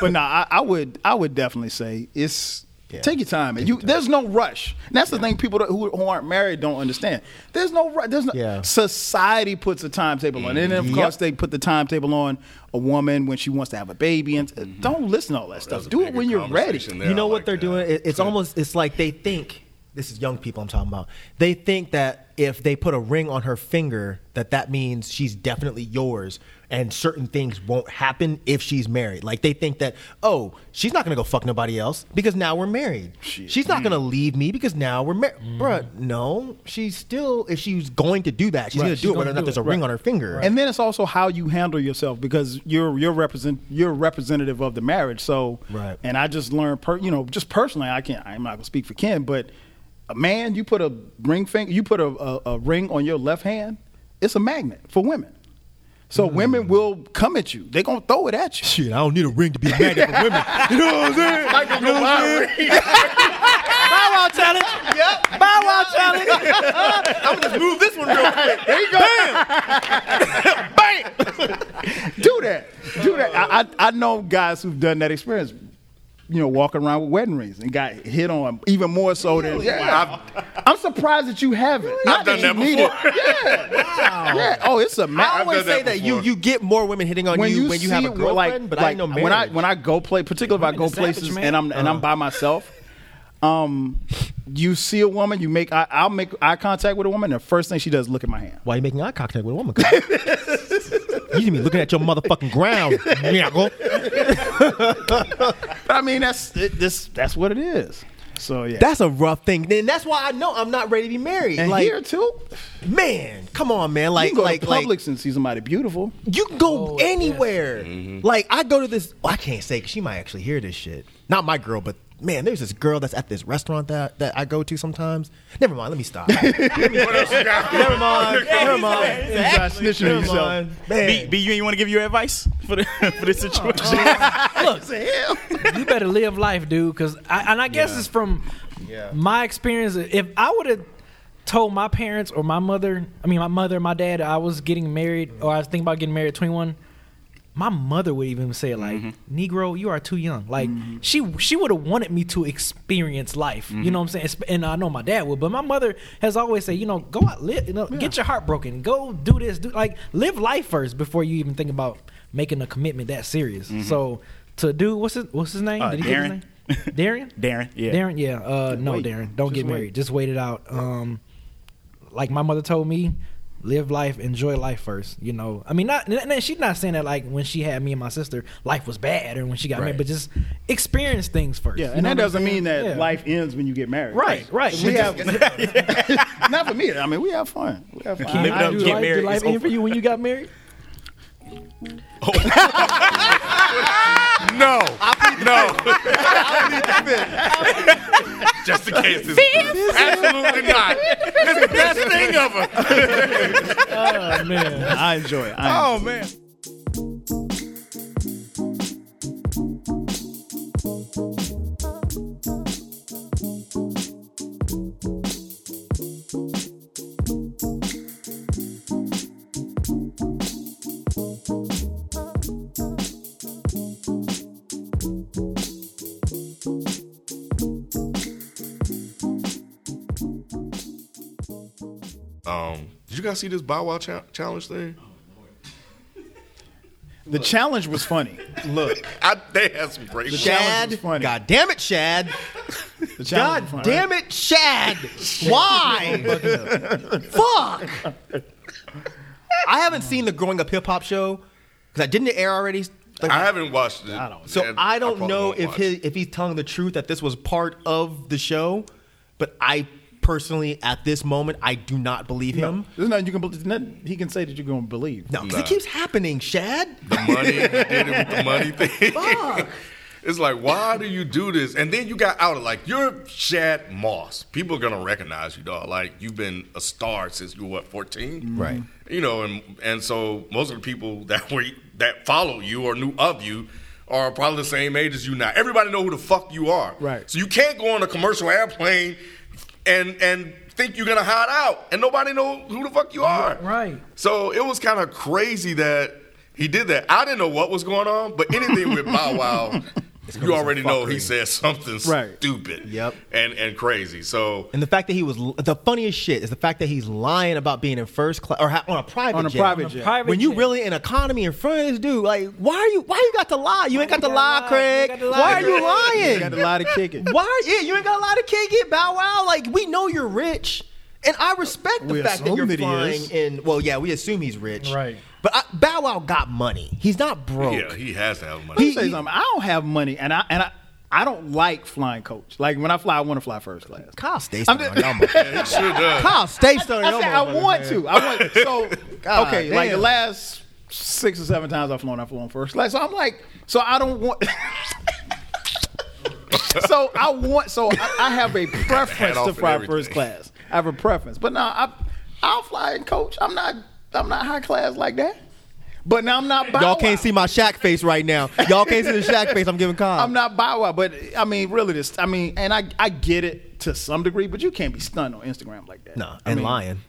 [SPEAKER 5] but no, I, I would I would definitely say it's Take your time, man. You, there's no rush. And that's the thing people that- who, who aren't married don't understand. There's no rush. There's no,
[SPEAKER 3] Yeah.
[SPEAKER 5] society puts a timetable on, and then
[SPEAKER 2] Mm-hmm.
[SPEAKER 5] of course they put the timetable on a woman when she wants to have a baby. And don't listen to all that
[SPEAKER 2] Mm-hmm. That's
[SPEAKER 5] stuff.
[SPEAKER 2] a
[SPEAKER 5] Do it
[SPEAKER 2] bigger
[SPEAKER 5] when you're ready.
[SPEAKER 2] conversation there.
[SPEAKER 3] You know
[SPEAKER 2] I
[SPEAKER 3] what
[SPEAKER 2] like
[SPEAKER 3] they're
[SPEAKER 2] that.
[SPEAKER 3] doing? It, it's almost it's like they think this is young people I'm talking about. They think that if they put a ring on her finger, that that means she's definitely yours, and certain things won't happen if she's married. Like they think that oh, she's not gonna go fuck nobody else because now we're married. She's not gonna leave me because now we're married. Bruh, no, she's still if she's going to do that, she's gonna do it
[SPEAKER 4] gonna
[SPEAKER 3] whether or
[SPEAKER 4] do
[SPEAKER 3] not there's
[SPEAKER 4] it.
[SPEAKER 3] a ring on her finger.
[SPEAKER 5] And then it's also how you handle yourself because you're you're represent you're representative of the marriage. So
[SPEAKER 3] Right.
[SPEAKER 5] And I just learned, per, you know, just personally, I can't. I'm not gonna speak for Ken, but a man, you put a ring finger, you put a, a, a ring on your left hand. It's a magnet for women. So women will come at you. They're gonna throw it at you.
[SPEAKER 3] Shit, I don't need a ring to be married for women. You know what I'm saying?
[SPEAKER 2] I can go buy a ring.
[SPEAKER 3] Bow wow challenge. Yep. Bow wow challenge. I'm gonna just move this one real quick. There you go.
[SPEAKER 5] Bam! Do that. Do that. I, I I know guys who've done that experience. You know, walking around with wedding rings and got hit on even more so than.
[SPEAKER 2] Yeah.
[SPEAKER 5] I've- I'm surprised that you haven't. Not
[SPEAKER 2] done
[SPEAKER 5] you
[SPEAKER 2] that
[SPEAKER 5] need
[SPEAKER 2] before.
[SPEAKER 5] it. Yeah. yeah. Oh, it's a
[SPEAKER 3] I
[SPEAKER 5] mess.
[SPEAKER 2] I've
[SPEAKER 3] always
[SPEAKER 2] done that
[SPEAKER 3] say that, you
[SPEAKER 2] before.
[SPEAKER 3] you get more women hitting on you, when you have a
[SPEAKER 5] it, well,
[SPEAKER 3] girlfriend, but I
[SPEAKER 5] like,
[SPEAKER 3] ain't no marriage.
[SPEAKER 5] when I when I go play, particularly if I
[SPEAKER 4] Women
[SPEAKER 5] go
[SPEAKER 4] is savage,
[SPEAKER 5] places
[SPEAKER 4] man.
[SPEAKER 5] and I'm and I'm by myself, um, you see a woman, you make I, I'll make eye contact with a woman, and the first thing she does is look at my hand.
[SPEAKER 3] why you making eye contact with a woman? you need to be looking at your motherfucking ground, nigga.
[SPEAKER 5] But I mean, that's it, this that's what it is. So yeah,
[SPEAKER 3] That's a rough thing. Then that's why I know I'm not ready to be married.
[SPEAKER 5] and
[SPEAKER 3] like,
[SPEAKER 5] here too.
[SPEAKER 3] man, come on, man.
[SPEAKER 5] You
[SPEAKER 3] Like,
[SPEAKER 5] can go
[SPEAKER 3] like,
[SPEAKER 5] to
[SPEAKER 3] like,
[SPEAKER 5] Publix and see somebody beautiful.
[SPEAKER 3] You can go anywhere. Like I go to this. well, I can't say 'cause she might actually hear this shit. Not my girl, but man, there's this girl that's at this restaurant that that I go to sometimes. Never mind. Let me stop.
[SPEAKER 2] What else you got?
[SPEAKER 3] never mind. Never mind.
[SPEAKER 5] You start snitching on
[SPEAKER 3] Never
[SPEAKER 5] yourself.
[SPEAKER 3] mind. Man.
[SPEAKER 1] B, B, you ain't want to give your advice for the, for this situation.
[SPEAKER 4] you better live life, dude. Because I, and I guess it's from my experience. If I would have told my parents or my mother, I mean my mother, and my dad, I was getting married or I was thinking about getting married at 21. My mother would even say like, "Negro, you are too young." Like she she would have wanted me to experience life. You know what I'm saying? Esp- And I know my dad would, but my mother has always said, "You know, go out, live, you know, get your heart broken, go do this, do like live life first before you even think about making a commitment that serious." So to do what's his what's his name?
[SPEAKER 1] Uh,
[SPEAKER 4] give his
[SPEAKER 1] Darren.
[SPEAKER 4] name? Darren.
[SPEAKER 1] Darren, yeah.
[SPEAKER 4] Darren. Yeah. Uh, no, Darren. Don't get married. Just wait it out. Um, like my mother told me, live life, enjoy life first. You know, I mean, not and- and she's not saying that like when she had me and my sister, life was bad, or when she got married, but just experience things first.
[SPEAKER 5] Yeah,
[SPEAKER 4] you
[SPEAKER 5] and
[SPEAKER 4] know
[SPEAKER 5] that
[SPEAKER 4] what I'm
[SPEAKER 5] doesn't
[SPEAKER 4] saying?
[SPEAKER 5] mean that
[SPEAKER 4] Yeah.
[SPEAKER 5] life ends when you get married.
[SPEAKER 4] Right, right.
[SPEAKER 5] We have not for me. I mean, we have fun. We have fun.
[SPEAKER 1] Live it
[SPEAKER 5] I-
[SPEAKER 1] up,
[SPEAKER 4] Did
[SPEAKER 1] get
[SPEAKER 4] life,
[SPEAKER 1] married,
[SPEAKER 4] Did life
[SPEAKER 1] it's
[SPEAKER 4] end
[SPEAKER 1] over.
[SPEAKER 4] for you when you got married?
[SPEAKER 2] No. No. Just in case. This absolutely not. It's the best thing ever.
[SPEAKER 4] Oh man.
[SPEAKER 5] I enjoy it. I
[SPEAKER 1] oh man.
[SPEAKER 2] Um, did you guys see this Bow Wow cha- challenge thing?
[SPEAKER 5] The challenge was funny. Look,
[SPEAKER 2] I, they had some great ones.
[SPEAKER 5] challenge
[SPEAKER 3] Shad.
[SPEAKER 5] was funny.
[SPEAKER 3] God damn it, Shad.
[SPEAKER 5] the challenge
[SPEAKER 3] God damn it, Shad. Why? Fuck. I haven't seen the Growing Up Hip Hop show because I didn't air already. Like,
[SPEAKER 2] I haven't watched it. I
[SPEAKER 5] don't-
[SPEAKER 3] So I don't know if his, if he's telling the truth that this was part of the show, but I personally, at this moment, I do not believe him.
[SPEAKER 5] There's nothing you can. There's nothing he can say that you're going to believe.
[SPEAKER 3] No, because
[SPEAKER 2] Nah.
[SPEAKER 3] it keeps happening, Shad.
[SPEAKER 2] the money he did it with the money thing.
[SPEAKER 3] Fuck.
[SPEAKER 2] It's like, why do you do this? And then you got out of like you're Shad Moss. People are gonna recognize you, dog. Like you've been a star since you were what, fourteen?
[SPEAKER 3] Right.
[SPEAKER 2] You know, and and so most of the people that were that follow you or knew of you are probably the same age as you now. Everybody know who the fuck you are.
[SPEAKER 5] Right.
[SPEAKER 2] So you can't go on a commercial airplane and and think you're gonna hide out and nobody know who the fuck you are.
[SPEAKER 4] Right.
[SPEAKER 2] So it was kind of crazy that he did that. I didn't know what was going on, but anything with Bow Wow you already know he said
[SPEAKER 3] said.
[SPEAKER 2] something
[SPEAKER 5] Right.
[SPEAKER 2] stupid.
[SPEAKER 3] Yep.
[SPEAKER 2] And and crazy. So
[SPEAKER 3] And the fact that he was the funniest shit is the fact that he's lying about being in first class or ha- on a private
[SPEAKER 5] On a
[SPEAKER 3] jet.
[SPEAKER 5] private
[SPEAKER 4] On a
[SPEAKER 5] jet.
[SPEAKER 4] private
[SPEAKER 3] when you
[SPEAKER 4] jet.
[SPEAKER 3] really in economy in front of this dude, like why are you why you got to lie? You ain't got to
[SPEAKER 4] you
[SPEAKER 3] lie,
[SPEAKER 4] gotta lie? You
[SPEAKER 3] Craig.
[SPEAKER 4] gotta lie.
[SPEAKER 3] Why are you lying?
[SPEAKER 5] You got to lie to kick it.
[SPEAKER 3] Why? Yeah, you ain't got a lot of kid get bow wow. Like we know you're rich, and I respect the
[SPEAKER 5] We
[SPEAKER 3] fact that
[SPEAKER 5] assume
[SPEAKER 3] you're
[SPEAKER 5] that he
[SPEAKER 3] flying
[SPEAKER 5] is.
[SPEAKER 3] in. Well, yeah, we assume he's rich,
[SPEAKER 4] Right.
[SPEAKER 3] But I, Bow Wow got money. He's not broke.
[SPEAKER 2] yeah, he has to have money.
[SPEAKER 5] Let me say something. I don't have money, and I and I. I don't like flying coach. Like when I fly, I want to fly first class.
[SPEAKER 3] Kyle stays
[SPEAKER 5] I'm
[SPEAKER 3] on
[SPEAKER 5] just-
[SPEAKER 3] y'all motherfuckers.
[SPEAKER 2] He sure does.
[SPEAKER 3] Kyle stays on
[SPEAKER 5] I,
[SPEAKER 3] y'all
[SPEAKER 5] said I
[SPEAKER 3] motherfuckers,
[SPEAKER 5] want
[SPEAKER 3] man.
[SPEAKER 5] to. I want so
[SPEAKER 3] God
[SPEAKER 5] okay. Like the
[SPEAKER 3] damn.
[SPEAKER 5] last six or seven times I've flown, I've flown first class. So I'm like, so I don't want. so I want. So I, I have a preference
[SPEAKER 2] off
[SPEAKER 5] to
[SPEAKER 2] and
[SPEAKER 5] fly
[SPEAKER 2] everything.
[SPEAKER 5] first class. I have a preference, but now I I'll fly in coach. I'm not I'm not high class like that. But now I'm not. Bow
[SPEAKER 3] Y'all can't
[SPEAKER 5] Wow.
[SPEAKER 3] see my Shaq face right now. Y'all can't see the Shaq face I'm giving Kyle.
[SPEAKER 5] I'm not Bow Wow, but I mean, really, this. I mean, and I I get it to some degree, but you can't be stunned on Instagram like that.
[SPEAKER 3] Nah,
[SPEAKER 5] I
[SPEAKER 3] and
[SPEAKER 5] mean,
[SPEAKER 3] lying.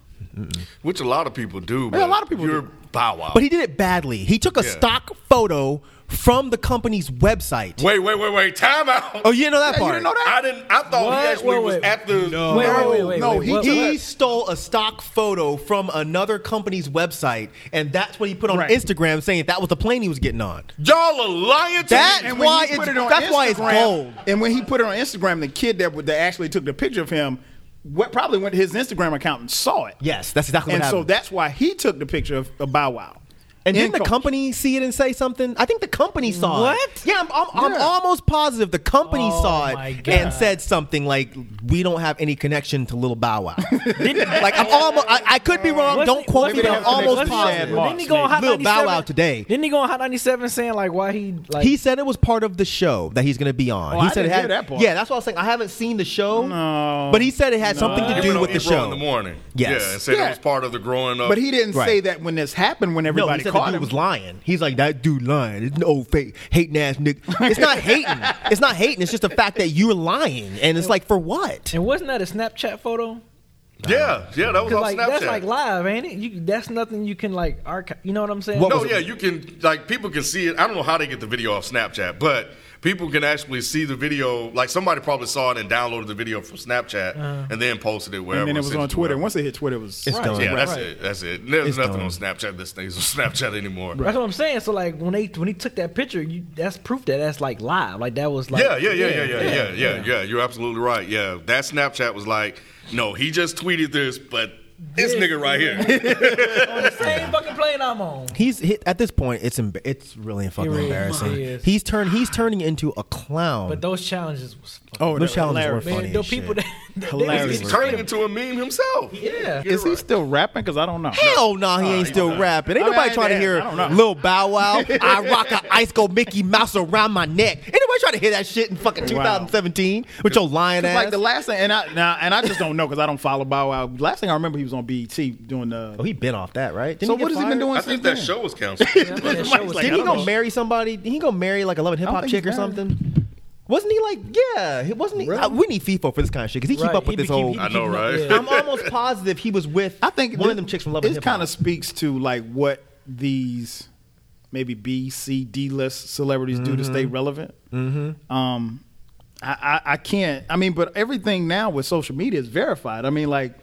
[SPEAKER 2] Which a lot of people do.
[SPEAKER 5] Yeah, a
[SPEAKER 2] but
[SPEAKER 5] lot of people
[SPEAKER 2] You're
[SPEAKER 5] do.
[SPEAKER 2] Bow Wow.
[SPEAKER 3] But he did it badly. He took a
[SPEAKER 2] Yeah.
[SPEAKER 3] stock photo from the company's website.
[SPEAKER 2] wait, wait, wait, wait. Time out.
[SPEAKER 3] Oh, you didn't know that
[SPEAKER 5] Yeah, you
[SPEAKER 3] part?
[SPEAKER 5] didn't know that?
[SPEAKER 2] I didn't. I thought
[SPEAKER 4] What?
[SPEAKER 2] he actually
[SPEAKER 4] Wait,
[SPEAKER 2] was
[SPEAKER 4] wait.
[SPEAKER 2] at the.
[SPEAKER 4] Wait, wait, wait, wait.
[SPEAKER 5] no,
[SPEAKER 4] wait,
[SPEAKER 5] he-
[SPEAKER 4] what-
[SPEAKER 3] He
[SPEAKER 4] what-
[SPEAKER 3] stole a stock photo from another company's website, and that's what he put on
[SPEAKER 5] Right.
[SPEAKER 3] Instagram, saying that was the plane he was getting on.
[SPEAKER 2] Y'all are lying to
[SPEAKER 3] That-
[SPEAKER 2] me.
[SPEAKER 5] And when
[SPEAKER 3] Why
[SPEAKER 5] he put
[SPEAKER 3] it's-
[SPEAKER 5] it on
[SPEAKER 3] that's why it's
[SPEAKER 5] Instagram-
[SPEAKER 3] gold.
[SPEAKER 5] And when he put it on Instagram, the kid that that actually took the picture of him, what probably went to his Instagram account and saw it.
[SPEAKER 3] Yes, that's exactly what
[SPEAKER 5] And so
[SPEAKER 3] happened.
[SPEAKER 5] that's why he took the picture of, of Bow Wow.
[SPEAKER 3] and
[SPEAKER 5] In
[SPEAKER 3] didn't the
[SPEAKER 5] coach.
[SPEAKER 3] company see it and say something? I think the company saw it.
[SPEAKER 4] What?
[SPEAKER 3] Yeah, I'm, I'm, I'm almost positive the company
[SPEAKER 4] Oh
[SPEAKER 3] saw
[SPEAKER 4] my
[SPEAKER 3] it
[SPEAKER 4] God.
[SPEAKER 3] and said something like, "We don't have any connection to Little Bow Wow." like I'm almost, I, I could be wrong.
[SPEAKER 4] Wasn't
[SPEAKER 3] Don't
[SPEAKER 4] he-
[SPEAKER 3] quote
[SPEAKER 4] wasn't
[SPEAKER 3] me,
[SPEAKER 4] he
[SPEAKER 3] but I'm
[SPEAKER 4] on Shaq-
[SPEAKER 3] almost
[SPEAKER 4] wasn't he-
[SPEAKER 3] positive.
[SPEAKER 4] Didn't he go on Hot
[SPEAKER 3] Lil
[SPEAKER 4] 97?
[SPEAKER 3] Bow Wow today.
[SPEAKER 4] Didn't he go on Hot 97 saying like why he like
[SPEAKER 3] He said it was part of the show that he's going to be on.
[SPEAKER 5] Oh,
[SPEAKER 3] he
[SPEAKER 5] I
[SPEAKER 3] said it
[SPEAKER 5] didn't
[SPEAKER 3] had,
[SPEAKER 5] hear that part.
[SPEAKER 3] Yeah, that's what I was saying. I haven't seen the show,
[SPEAKER 5] No.
[SPEAKER 3] but he said it had something to
[SPEAKER 2] He
[SPEAKER 3] do
[SPEAKER 2] went
[SPEAKER 3] with
[SPEAKER 2] on
[SPEAKER 3] the
[SPEAKER 2] Ebro
[SPEAKER 3] show
[SPEAKER 2] in the morning.
[SPEAKER 3] Yes.
[SPEAKER 2] Yeah, and said
[SPEAKER 5] Yeah.
[SPEAKER 2] it was part of the growing up.
[SPEAKER 5] But he didn't
[SPEAKER 3] Right.
[SPEAKER 5] say that when this happened. When
[SPEAKER 3] No,
[SPEAKER 5] everybody
[SPEAKER 3] he said the
[SPEAKER 5] caught
[SPEAKER 3] dude
[SPEAKER 5] him,
[SPEAKER 3] was lying. He's like that dude lying. It's an old fake hating ass nigga. It's not hating. it's not hating. It's just the fact that you're lying, and it's like for what?
[SPEAKER 4] and wasn't that a Snapchat photo?
[SPEAKER 2] Yeah, yeah, that was
[SPEAKER 4] 'Cause,
[SPEAKER 2] on
[SPEAKER 4] like
[SPEAKER 2] Snapchat.
[SPEAKER 4] that's like live, ain't it? You, that's nothing you can like archive. You know what I'm saying?
[SPEAKER 3] What
[SPEAKER 2] No,
[SPEAKER 3] was it?
[SPEAKER 2] yeah, you can like people can see it. I don't know how they get the video off Snapchat, but people can actually see the video. Like somebody probably saw it and downloaded the video from Snapchat and then posted it wherever.
[SPEAKER 5] Uh. and then it was
[SPEAKER 2] sent
[SPEAKER 5] on
[SPEAKER 2] to
[SPEAKER 5] Twitter.
[SPEAKER 2] whoever.
[SPEAKER 5] Once it hit Twitter, it was
[SPEAKER 3] It's done.
[SPEAKER 2] yeah, that's
[SPEAKER 4] Right.
[SPEAKER 2] it. That's it. There's
[SPEAKER 3] It's
[SPEAKER 2] nothing
[SPEAKER 3] done.
[SPEAKER 2] on Snapchat. This thing's on Snapchat anymore.
[SPEAKER 4] That's what I'm saying. So like when they when he took that picture, you that's proof that that's like live. Like that was like
[SPEAKER 2] Yeah, yeah, yeah, yeah, yeah, yeah, yeah, yeah, You're absolutely right. Yeah, that Snapchat was like, no, he just tweeted this, but this nigga right here.
[SPEAKER 4] On the same fucking plane I'm on.
[SPEAKER 3] He's hit, at this point. It's emb- it's really fucking
[SPEAKER 4] really
[SPEAKER 3] embarrassing.
[SPEAKER 4] is.
[SPEAKER 3] He's turned. He's turning into a clown.
[SPEAKER 4] But those challenges was fucking
[SPEAKER 5] Oh,
[SPEAKER 3] those challenges
[SPEAKER 5] hilarious.
[SPEAKER 3] were funny.
[SPEAKER 4] man. The
[SPEAKER 3] as shit.
[SPEAKER 4] people that they
[SPEAKER 5] Hilarious.
[SPEAKER 4] was
[SPEAKER 2] He's turning into a meme himself.
[SPEAKER 4] Yeah.
[SPEAKER 2] You're
[SPEAKER 5] Is he
[SPEAKER 2] right.
[SPEAKER 5] still rapping? Because I don't know.
[SPEAKER 3] Hell no, he ain't still rapping. Ain't
[SPEAKER 5] I mean,
[SPEAKER 3] nobody
[SPEAKER 5] I
[SPEAKER 3] trying to
[SPEAKER 5] ain't-
[SPEAKER 3] hear
[SPEAKER 5] I don't know.
[SPEAKER 3] Lil Bow Wow. I rock a ice go Mickey Mouse around my neck. Ain't nobody trying to hear that shit in fucking 2017 with your lying ass.
[SPEAKER 5] It's like the last thing, and I now, and I just don't know because I don't follow Bow Wow. Last thing I remember, he was on BET doing the.
[SPEAKER 3] oh, he been off that, right? Didn't
[SPEAKER 5] so
[SPEAKER 3] get
[SPEAKER 5] what has he been
[SPEAKER 3] fired?
[SPEAKER 5] doing?
[SPEAKER 2] I
[SPEAKER 5] since
[SPEAKER 2] think that
[SPEAKER 5] then?
[SPEAKER 2] show was canceled.
[SPEAKER 4] that show was
[SPEAKER 3] Didn't he
[SPEAKER 5] I don't
[SPEAKER 3] go
[SPEAKER 5] know.
[SPEAKER 3] marry somebody? Didn't he go marry like a love and hip
[SPEAKER 5] I
[SPEAKER 3] hop
[SPEAKER 5] don't
[SPEAKER 3] chick
[SPEAKER 5] think
[SPEAKER 3] or
[SPEAKER 5] he's married.
[SPEAKER 3] something? Wasn't he like, yeah, he- wasn't he? I- we need FIFO for this kind of shit because he keep
[SPEAKER 4] Right,
[SPEAKER 3] up with
[SPEAKER 4] he
[SPEAKER 3] this
[SPEAKER 4] be-
[SPEAKER 3] whole.
[SPEAKER 4] he be
[SPEAKER 2] I know,
[SPEAKER 4] keeping up-
[SPEAKER 2] right?
[SPEAKER 4] yeah.
[SPEAKER 3] I'm almost positive he was with.
[SPEAKER 5] I think
[SPEAKER 3] one
[SPEAKER 5] thi-
[SPEAKER 3] of them chicks from Love and
[SPEAKER 5] This
[SPEAKER 3] Hip
[SPEAKER 5] kind
[SPEAKER 3] Hop.
[SPEAKER 5] of speaks to like what these maybe B, C, D list celebrities do to stay relevant. Mm-hmm. Um, I, I, I can't. I mean, but everything now with social media is verified. I mean, like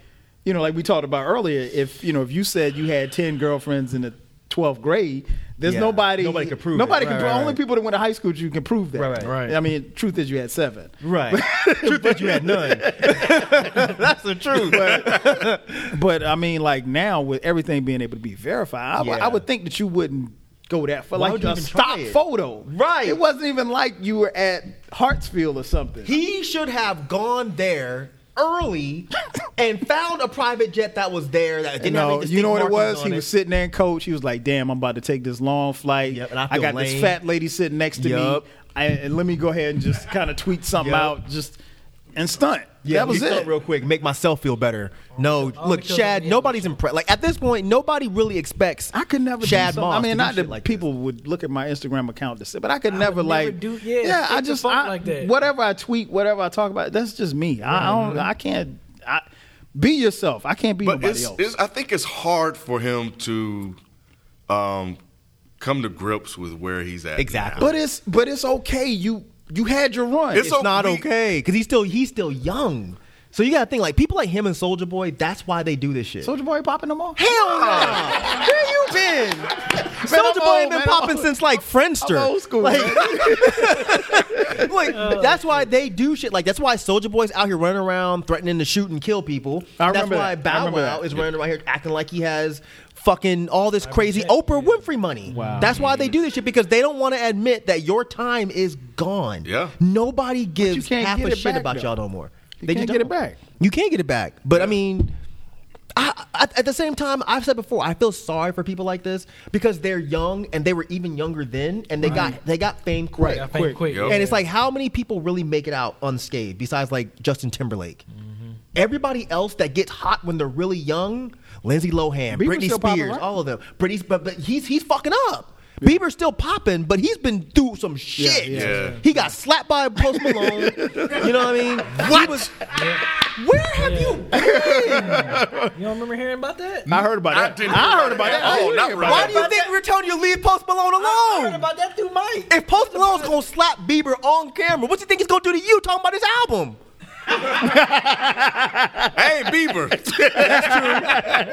[SPEAKER 5] you know, like we talked about earlier. If you know, if you said you had ten girlfriends in the twelfth grade. There's
[SPEAKER 3] Yeah.
[SPEAKER 5] nobody.
[SPEAKER 3] Nobody could prove it.
[SPEAKER 5] Nobody
[SPEAKER 3] Right,
[SPEAKER 5] can.
[SPEAKER 3] right,
[SPEAKER 5] Only
[SPEAKER 3] right.
[SPEAKER 5] people that went to high school you can prove that.
[SPEAKER 3] Right, right.
[SPEAKER 4] Right.
[SPEAKER 5] I mean, truth is you had seven.
[SPEAKER 3] Right. Truth that you had none. That's the truth.
[SPEAKER 5] but, but I mean, like now with everything being able to be verified, I, would-
[SPEAKER 3] Yeah.
[SPEAKER 5] I would think that you wouldn't go that far.
[SPEAKER 3] Why
[SPEAKER 5] Like
[SPEAKER 3] would you
[SPEAKER 5] a
[SPEAKER 3] even try
[SPEAKER 5] stock
[SPEAKER 3] it?
[SPEAKER 5] photo,
[SPEAKER 3] Right.
[SPEAKER 5] It wasn't even like you were at Hartsfield or something.
[SPEAKER 3] He should have gone there early and found a private jet that was there that didn't have
[SPEAKER 5] no,
[SPEAKER 3] any
[SPEAKER 5] you know what it
[SPEAKER 3] distinct
[SPEAKER 5] was?
[SPEAKER 3] markings
[SPEAKER 5] He
[SPEAKER 3] on
[SPEAKER 5] was sitting there, and coach. He was like, "Damn, I'm about to take this long flight.
[SPEAKER 3] Yep, and I feel
[SPEAKER 5] got
[SPEAKER 3] lame."
[SPEAKER 5] this fat lady sitting next to
[SPEAKER 3] Yup.
[SPEAKER 5] me, I, and let me go ahead and just kind of tweet something
[SPEAKER 3] Yup.
[SPEAKER 5] out, just and stunt.
[SPEAKER 3] Yeah,
[SPEAKER 5] that was
[SPEAKER 3] let me
[SPEAKER 5] it.
[SPEAKER 3] stunt real quick, make myself feel better. No, look,
[SPEAKER 4] because
[SPEAKER 3] Shad.
[SPEAKER 4] of the
[SPEAKER 3] nobody's impressed. Like at this point, nobody really expects.
[SPEAKER 5] I could never.
[SPEAKER 3] Shad
[SPEAKER 5] do something-
[SPEAKER 3] Moss.
[SPEAKER 5] I
[SPEAKER 3] to
[SPEAKER 5] mean,
[SPEAKER 3] do
[SPEAKER 5] not
[SPEAKER 3] shit
[SPEAKER 5] that
[SPEAKER 3] like
[SPEAKER 5] people would look at my Instagram account to say, but I could never
[SPEAKER 4] would
[SPEAKER 5] like.
[SPEAKER 4] never do- yeah, stick
[SPEAKER 5] I
[SPEAKER 4] to
[SPEAKER 5] just
[SPEAKER 4] folk
[SPEAKER 5] I,
[SPEAKER 4] like that.
[SPEAKER 5] whatever I tweet, whatever I talk about, that's just me. I, I don't. I can't. I, be yourself. I can't be
[SPEAKER 2] but
[SPEAKER 5] nobody
[SPEAKER 2] it's,
[SPEAKER 5] else.
[SPEAKER 2] it's- I think it's hard for him to um, come to grips with where he's at.
[SPEAKER 3] Exactly.
[SPEAKER 2] now.
[SPEAKER 5] but it's but it's okay. You You had your run.
[SPEAKER 2] It's
[SPEAKER 5] It's
[SPEAKER 2] So
[SPEAKER 3] not
[SPEAKER 2] we-
[SPEAKER 3] okay because he's still he's still young. So you gotta think like people like him and Soldier Boy. That's why they do this shit.
[SPEAKER 5] Soldier Boy popping them off.
[SPEAKER 3] Hell no! Where you been? Soldier Boy ain't been popping since like Friendster.
[SPEAKER 5] I'm old school,
[SPEAKER 3] Like, like, that's why they do shit. Like that's why Soldier Boy's out here running around threatening to shoot and kill people.
[SPEAKER 5] I
[SPEAKER 3] that's
[SPEAKER 5] remember
[SPEAKER 3] why
[SPEAKER 5] that. I
[SPEAKER 3] Bow
[SPEAKER 5] remember
[SPEAKER 3] Wow
[SPEAKER 5] that.
[SPEAKER 3] is running around here acting like he has fucking all this crazy Oprah Winfrey money.
[SPEAKER 5] Wow.
[SPEAKER 3] That's why they do this shit because they don't want to admit that your time is gone.
[SPEAKER 2] Yeah.
[SPEAKER 3] Nobody gives
[SPEAKER 5] can't
[SPEAKER 3] half
[SPEAKER 5] get
[SPEAKER 3] a
[SPEAKER 5] it
[SPEAKER 3] shit
[SPEAKER 5] back,
[SPEAKER 3] about
[SPEAKER 5] though.
[SPEAKER 3] y'all no more.
[SPEAKER 5] You
[SPEAKER 3] they
[SPEAKER 5] can't
[SPEAKER 3] just
[SPEAKER 5] get it
[SPEAKER 3] don't.
[SPEAKER 5] back.
[SPEAKER 3] You can't get it back. But I mean. I, I, at the same time, I've said before, I feel sorry for people like this because they're young and they were even younger then, and they got they got fame quick.
[SPEAKER 4] Got fame Quick. quick,
[SPEAKER 2] Yep.
[SPEAKER 3] And it's like, how many people really make it out unscathed besides like Justin Timberlake? Everybody else that gets hot when they're really young, Lindsay Lohan,
[SPEAKER 5] Bieber's
[SPEAKER 3] Britney
[SPEAKER 5] still popping,
[SPEAKER 3] Spears,
[SPEAKER 5] right?
[SPEAKER 3] all of them. Britney, Sp- but, but he's he's fucking up. Bieber's still popping, but he's been through some shit.
[SPEAKER 2] yeah, yeah.
[SPEAKER 3] He got slapped by Post Malone. you know what I mean? What? Where have you
[SPEAKER 4] You don't remember hearing about that?
[SPEAKER 5] I heard about
[SPEAKER 2] I
[SPEAKER 5] that.
[SPEAKER 2] didn't
[SPEAKER 5] I
[SPEAKER 2] hear
[SPEAKER 5] heard about that.
[SPEAKER 2] at all.
[SPEAKER 5] I
[SPEAKER 2] oh, Not
[SPEAKER 5] heard
[SPEAKER 2] right
[SPEAKER 5] about
[SPEAKER 3] Why do you think we're telling you to leave Post Malone
[SPEAKER 4] I heard
[SPEAKER 3] alone?
[SPEAKER 4] about that through Mike.
[SPEAKER 3] If Post Malone's gonna slap Bieber on camera, what you think he's gonna do to you talking about his album?
[SPEAKER 2] I ain't Bieber.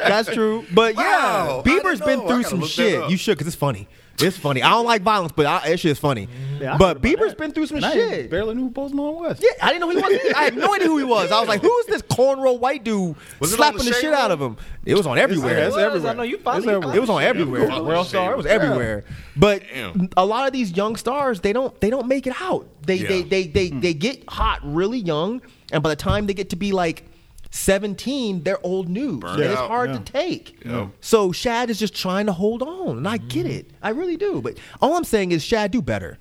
[SPEAKER 3] That's true. But
[SPEAKER 2] Wow, I
[SPEAKER 3] yeah,
[SPEAKER 2] didn't
[SPEAKER 3] Bieber's been
[SPEAKER 2] know. I
[SPEAKER 3] through
[SPEAKER 2] gotta
[SPEAKER 3] some
[SPEAKER 2] look that
[SPEAKER 3] shit.
[SPEAKER 2] up.
[SPEAKER 3] You should, cause it's funny. It's funny. I don't like violence, but I, that shit is funny.
[SPEAKER 5] Yeah, I heard
[SPEAKER 3] but
[SPEAKER 5] about
[SPEAKER 3] Bieber's
[SPEAKER 5] that.
[SPEAKER 3] been through some
[SPEAKER 5] And I
[SPEAKER 3] shit.
[SPEAKER 5] barely knew who Post Malone was.
[SPEAKER 3] Yeah, I didn't know who he was. either. I had no idea who he was. I was like, who's this cornrow white dude
[SPEAKER 2] Was it on
[SPEAKER 3] slapping
[SPEAKER 2] the
[SPEAKER 3] the,
[SPEAKER 2] Shade
[SPEAKER 3] shit out of him? It was on everywhere.
[SPEAKER 5] that's
[SPEAKER 4] was.
[SPEAKER 5] everywhere.
[SPEAKER 4] I know you follow-
[SPEAKER 5] It's
[SPEAKER 4] you
[SPEAKER 5] everywhere.
[SPEAKER 4] follow-
[SPEAKER 3] It was on everywhere.
[SPEAKER 2] Yeah.
[SPEAKER 3] World Star. It was
[SPEAKER 2] Yeah.
[SPEAKER 3] everywhere. But
[SPEAKER 2] Damn.
[SPEAKER 3] a lot of these young stars, they don't they don't make it out. They they
[SPEAKER 2] Yeah.
[SPEAKER 3] they they,
[SPEAKER 5] Hmm.
[SPEAKER 3] they get hot really young, and by the time they get to be like. 17 they're old news and it's
[SPEAKER 2] out.
[SPEAKER 3] hard to take so shad is just trying to hold on and i
[SPEAKER 2] Mm-hmm.
[SPEAKER 3] get it i really do but all i'm saying is shad do better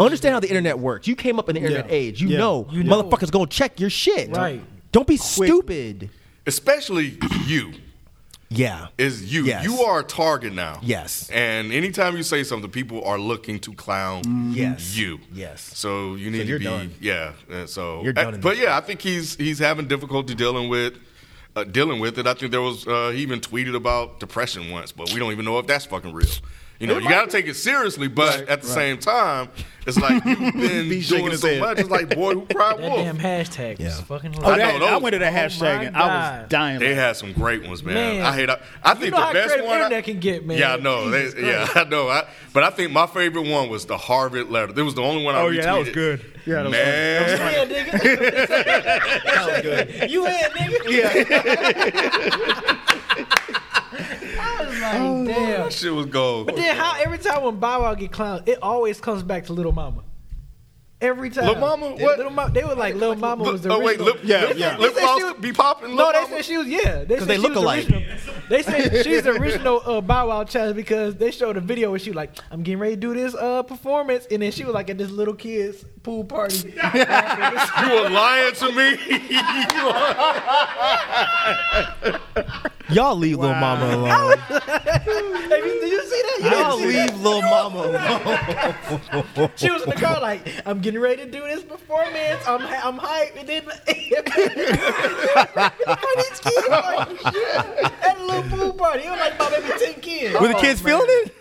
[SPEAKER 3] understand how the internet works you came up in the internet
[SPEAKER 5] Yeah.
[SPEAKER 3] age you
[SPEAKER 5] Yeah.
[SPEAKER 3] know
[SPEAKER 4] You know.
[SPEAKER 3] motherfuckers gonna check your shit
[SPEAKER 4] Right.
[SPEAKER 3] don't be stupid
[SPEAKER 2] Especially you.
[SPEAKER 3] yeah
[SPEAKER 2] Is you.
[SPEAKER 3] Yes.
[SPEAKER 2] You are a target now.
[SPEAKER 3] Yes.
[SPEAKER 2] And anytime you say something, people are looking to clown
[SPEAKER 3] Yes.
[SPEAKER 2] you.
[SPEAKER 3] Yes.
[SPEAKER 2] So you need
[SPEAKER 3] you're
[SPEAKER 2] to be
[SPEAKER 3] done.
[SPEAKER 2] yeah. And so eh,
[SPEAKER 3] You're done in
[SPEAKER 2] But
[SPEAKER 3] this.
[SPEAKER 2] yeah, I think he's he's having difficulty dealing with uh, dealing with it. I think there was uh, he even tweeted about depression once, but we don't even know if that's fucking real. You know, you got to take it seriously, but at the same time, it's like you've been
[SPEAKER 5] He's shaking
[SPEAKER 2] doing
[SPEAKER 5] his
[SPEAKER 2] so
[SPEAKER 5] head.
[SPEAKER 2] much. It's like boy who cried
[SPEAKER 4] That
[SPEAKER 2] wolf.
[SPEAKER 4] damn hashtag was fucking
[SPEAKER 5] Oh,
[SPEAKER 2] I
[SPEAKER 4] hilarious.
[SPEAKER 5] that,
[SPEAKER 2] know
[SPEAKER 5] I
[SPEAKER 2] those.
[SPEAKER 5] went to that
[SPEAKER 4] Oh,
[SPEAKER 5] hashtag
[SPEAKER 4] my
[SPEAKER 5] and I was
[SPEAKER 4] God.
[SPEAKER 5] dying.
[SPEAKER 2] They
[SPEAKER 5] laughing.
[SPEAKER 2] had some great ones, man.
[SPEAKER 4] Man.
[SPEAKER 2] I hate. I, I
[SPEAKER 4] You
[SPEAKER 2] think
[SPEAKER 4] know
[SPEAKER 2] the
[SPEAKER 4] how
[SPEAKER 2] best
[SPEAKER 4] creative
[SPEAKER 2] one. I-
[SPEAKER 4] internet can get, man.
[SPEAKER 2] Yeah, I know. They-
[SPEAKER 4] Jesus
[SPEAKER 2] yeah, I know. I, but I think my favorite one was the Harvard letter. That was the only one I
[SPEAKER 5] Oh,
[SPEAKER 2] retweeted.
[SPEAKER 5] yeah, that was good. Yeah, that was
[SPEAKER 2] man.
[SPEAKER 4] Yeah, nigga. You had nigga. I was like,
[SPEAKER 3] Oh,
[SPEAKER 4] damn.
[SPEAKER 2] That shit was gold.
[SPEAKER 4] But then how every time when Bow Wow get clowned, it always comes back to Little Mama. Every time.
[SPEAKER 2] Lil Mama? What?
[SPEAKER 4] Little Mama. They were like Little Mama was the
[SPEAKER 2] oh wait,
[SPEAKER 4] original.
[SPEAKER 2] lip,
[SPEAKER 5] Yeah,
[SPEAKER 2] lip,
[SPEAKER 5] yeah.
[SPEAKER 2] lip
[SPEAKER 4] They said
[SPEAKER 2] gloss
[SPEAKER 4] she was-
[SPEAKER 2] be popping.
[SPEAKER 4] No,
[SPEAKER 2] Lip
[SPEAKER 4] they
[SPEAKER 2] balm?
[SPEAKER 4] said she was yeah. They said
[SPEAKER 3] they
[SPEAKER 4] she
[SPEAKER 3] look
[SPEAKER 4] was the
[SPEAKER 3] alike.
[SPEAKER 4] original- They said she's the original uh, Bow Wow challenge because they showed a video where she like, I'm getting ready to do this uh, performance, and then she was like at this little kid's pool party.
[SPEAKER 2] you were lying to me. You are-
[SPEAKER 3] y'all leave little mama alone
[SPEAKER 4] Have you, did you see that? You
[SPEAKER 3] Y'all
[SPEAKER 4] didn't see that?
[SPEAKER 3] leave little mama alone.
[SPEAKER 4] She was in the car like, I'm getting ready to do this performance. I'm I'm hyped. And then these kids like, at a little pool party. It was like about maybe ten kids.
[SPEAKER 3] Were the kids feeling it?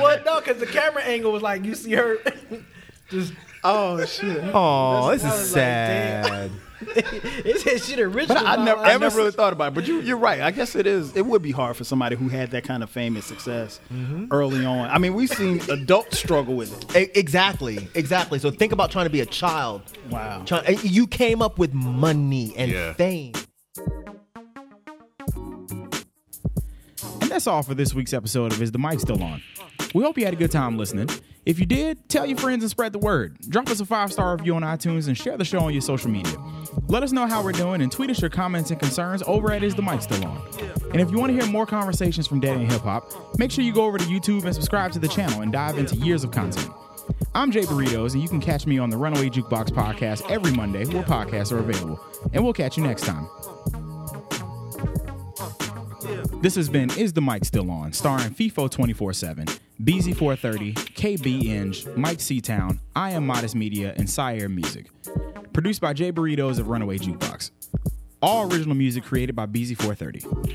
[SPEAKER 4] well, no, because the camera angle was like you see her. Just
[SPEAKER 3] Oh shit! Oh, this
[SPEAKER 4] I
[SPEAKER 3] is
[SPEAKER 4] was like,
[SPEAKER 3] sad.
[SPEAKER 4] damn. it said shit original.
[SPEAKER 5] But I, I never,
[SPEAKER 4] I
[SPEAKER 5] I never really thought about it. But you, you're right. I guess it is. It would be hard for somebody who had that kind of fame and success early on. I mean, we've seen adults struggle with it.
[SPEAKER 3] E- exactly, exactly. So think about trying to be a child.
[SPEAKER 5] Wow.
[SPEAKER 3] Try- you came up with money and
[SPEAKER 2] Yeah.
[SPEAKER 3] fame.
[SPEAKER 1] And that's all for this week's episode of Is the Mic Still On? We hope you had a good time listening. If you did, tell your friends and spread the word. Drop us a five star review on iTunes and share the show on your social media. Let us know how we're doing and tweet us your comments and concerns over at Is the Mic Still On? And if you want to hear more conversations from Daddy and Hip Hop, make sure you go over to YouTube and subscribe to the channel and dive into years of content. I'm Jay Burritos, and you can catch me on the Runaway Jukebox podcast every Monday where podcasts are available. And we'll catch you next time. This has been Is the Mic Still On? starring FIFO 24 7, BZ430, KB Inge, Mike Seatown, I Am Modest Media, and Sire Music. Produced by Jay Burritos of Runaway Jukebox. All original music created by BZ430.
[SPEAKER 7] Yeah.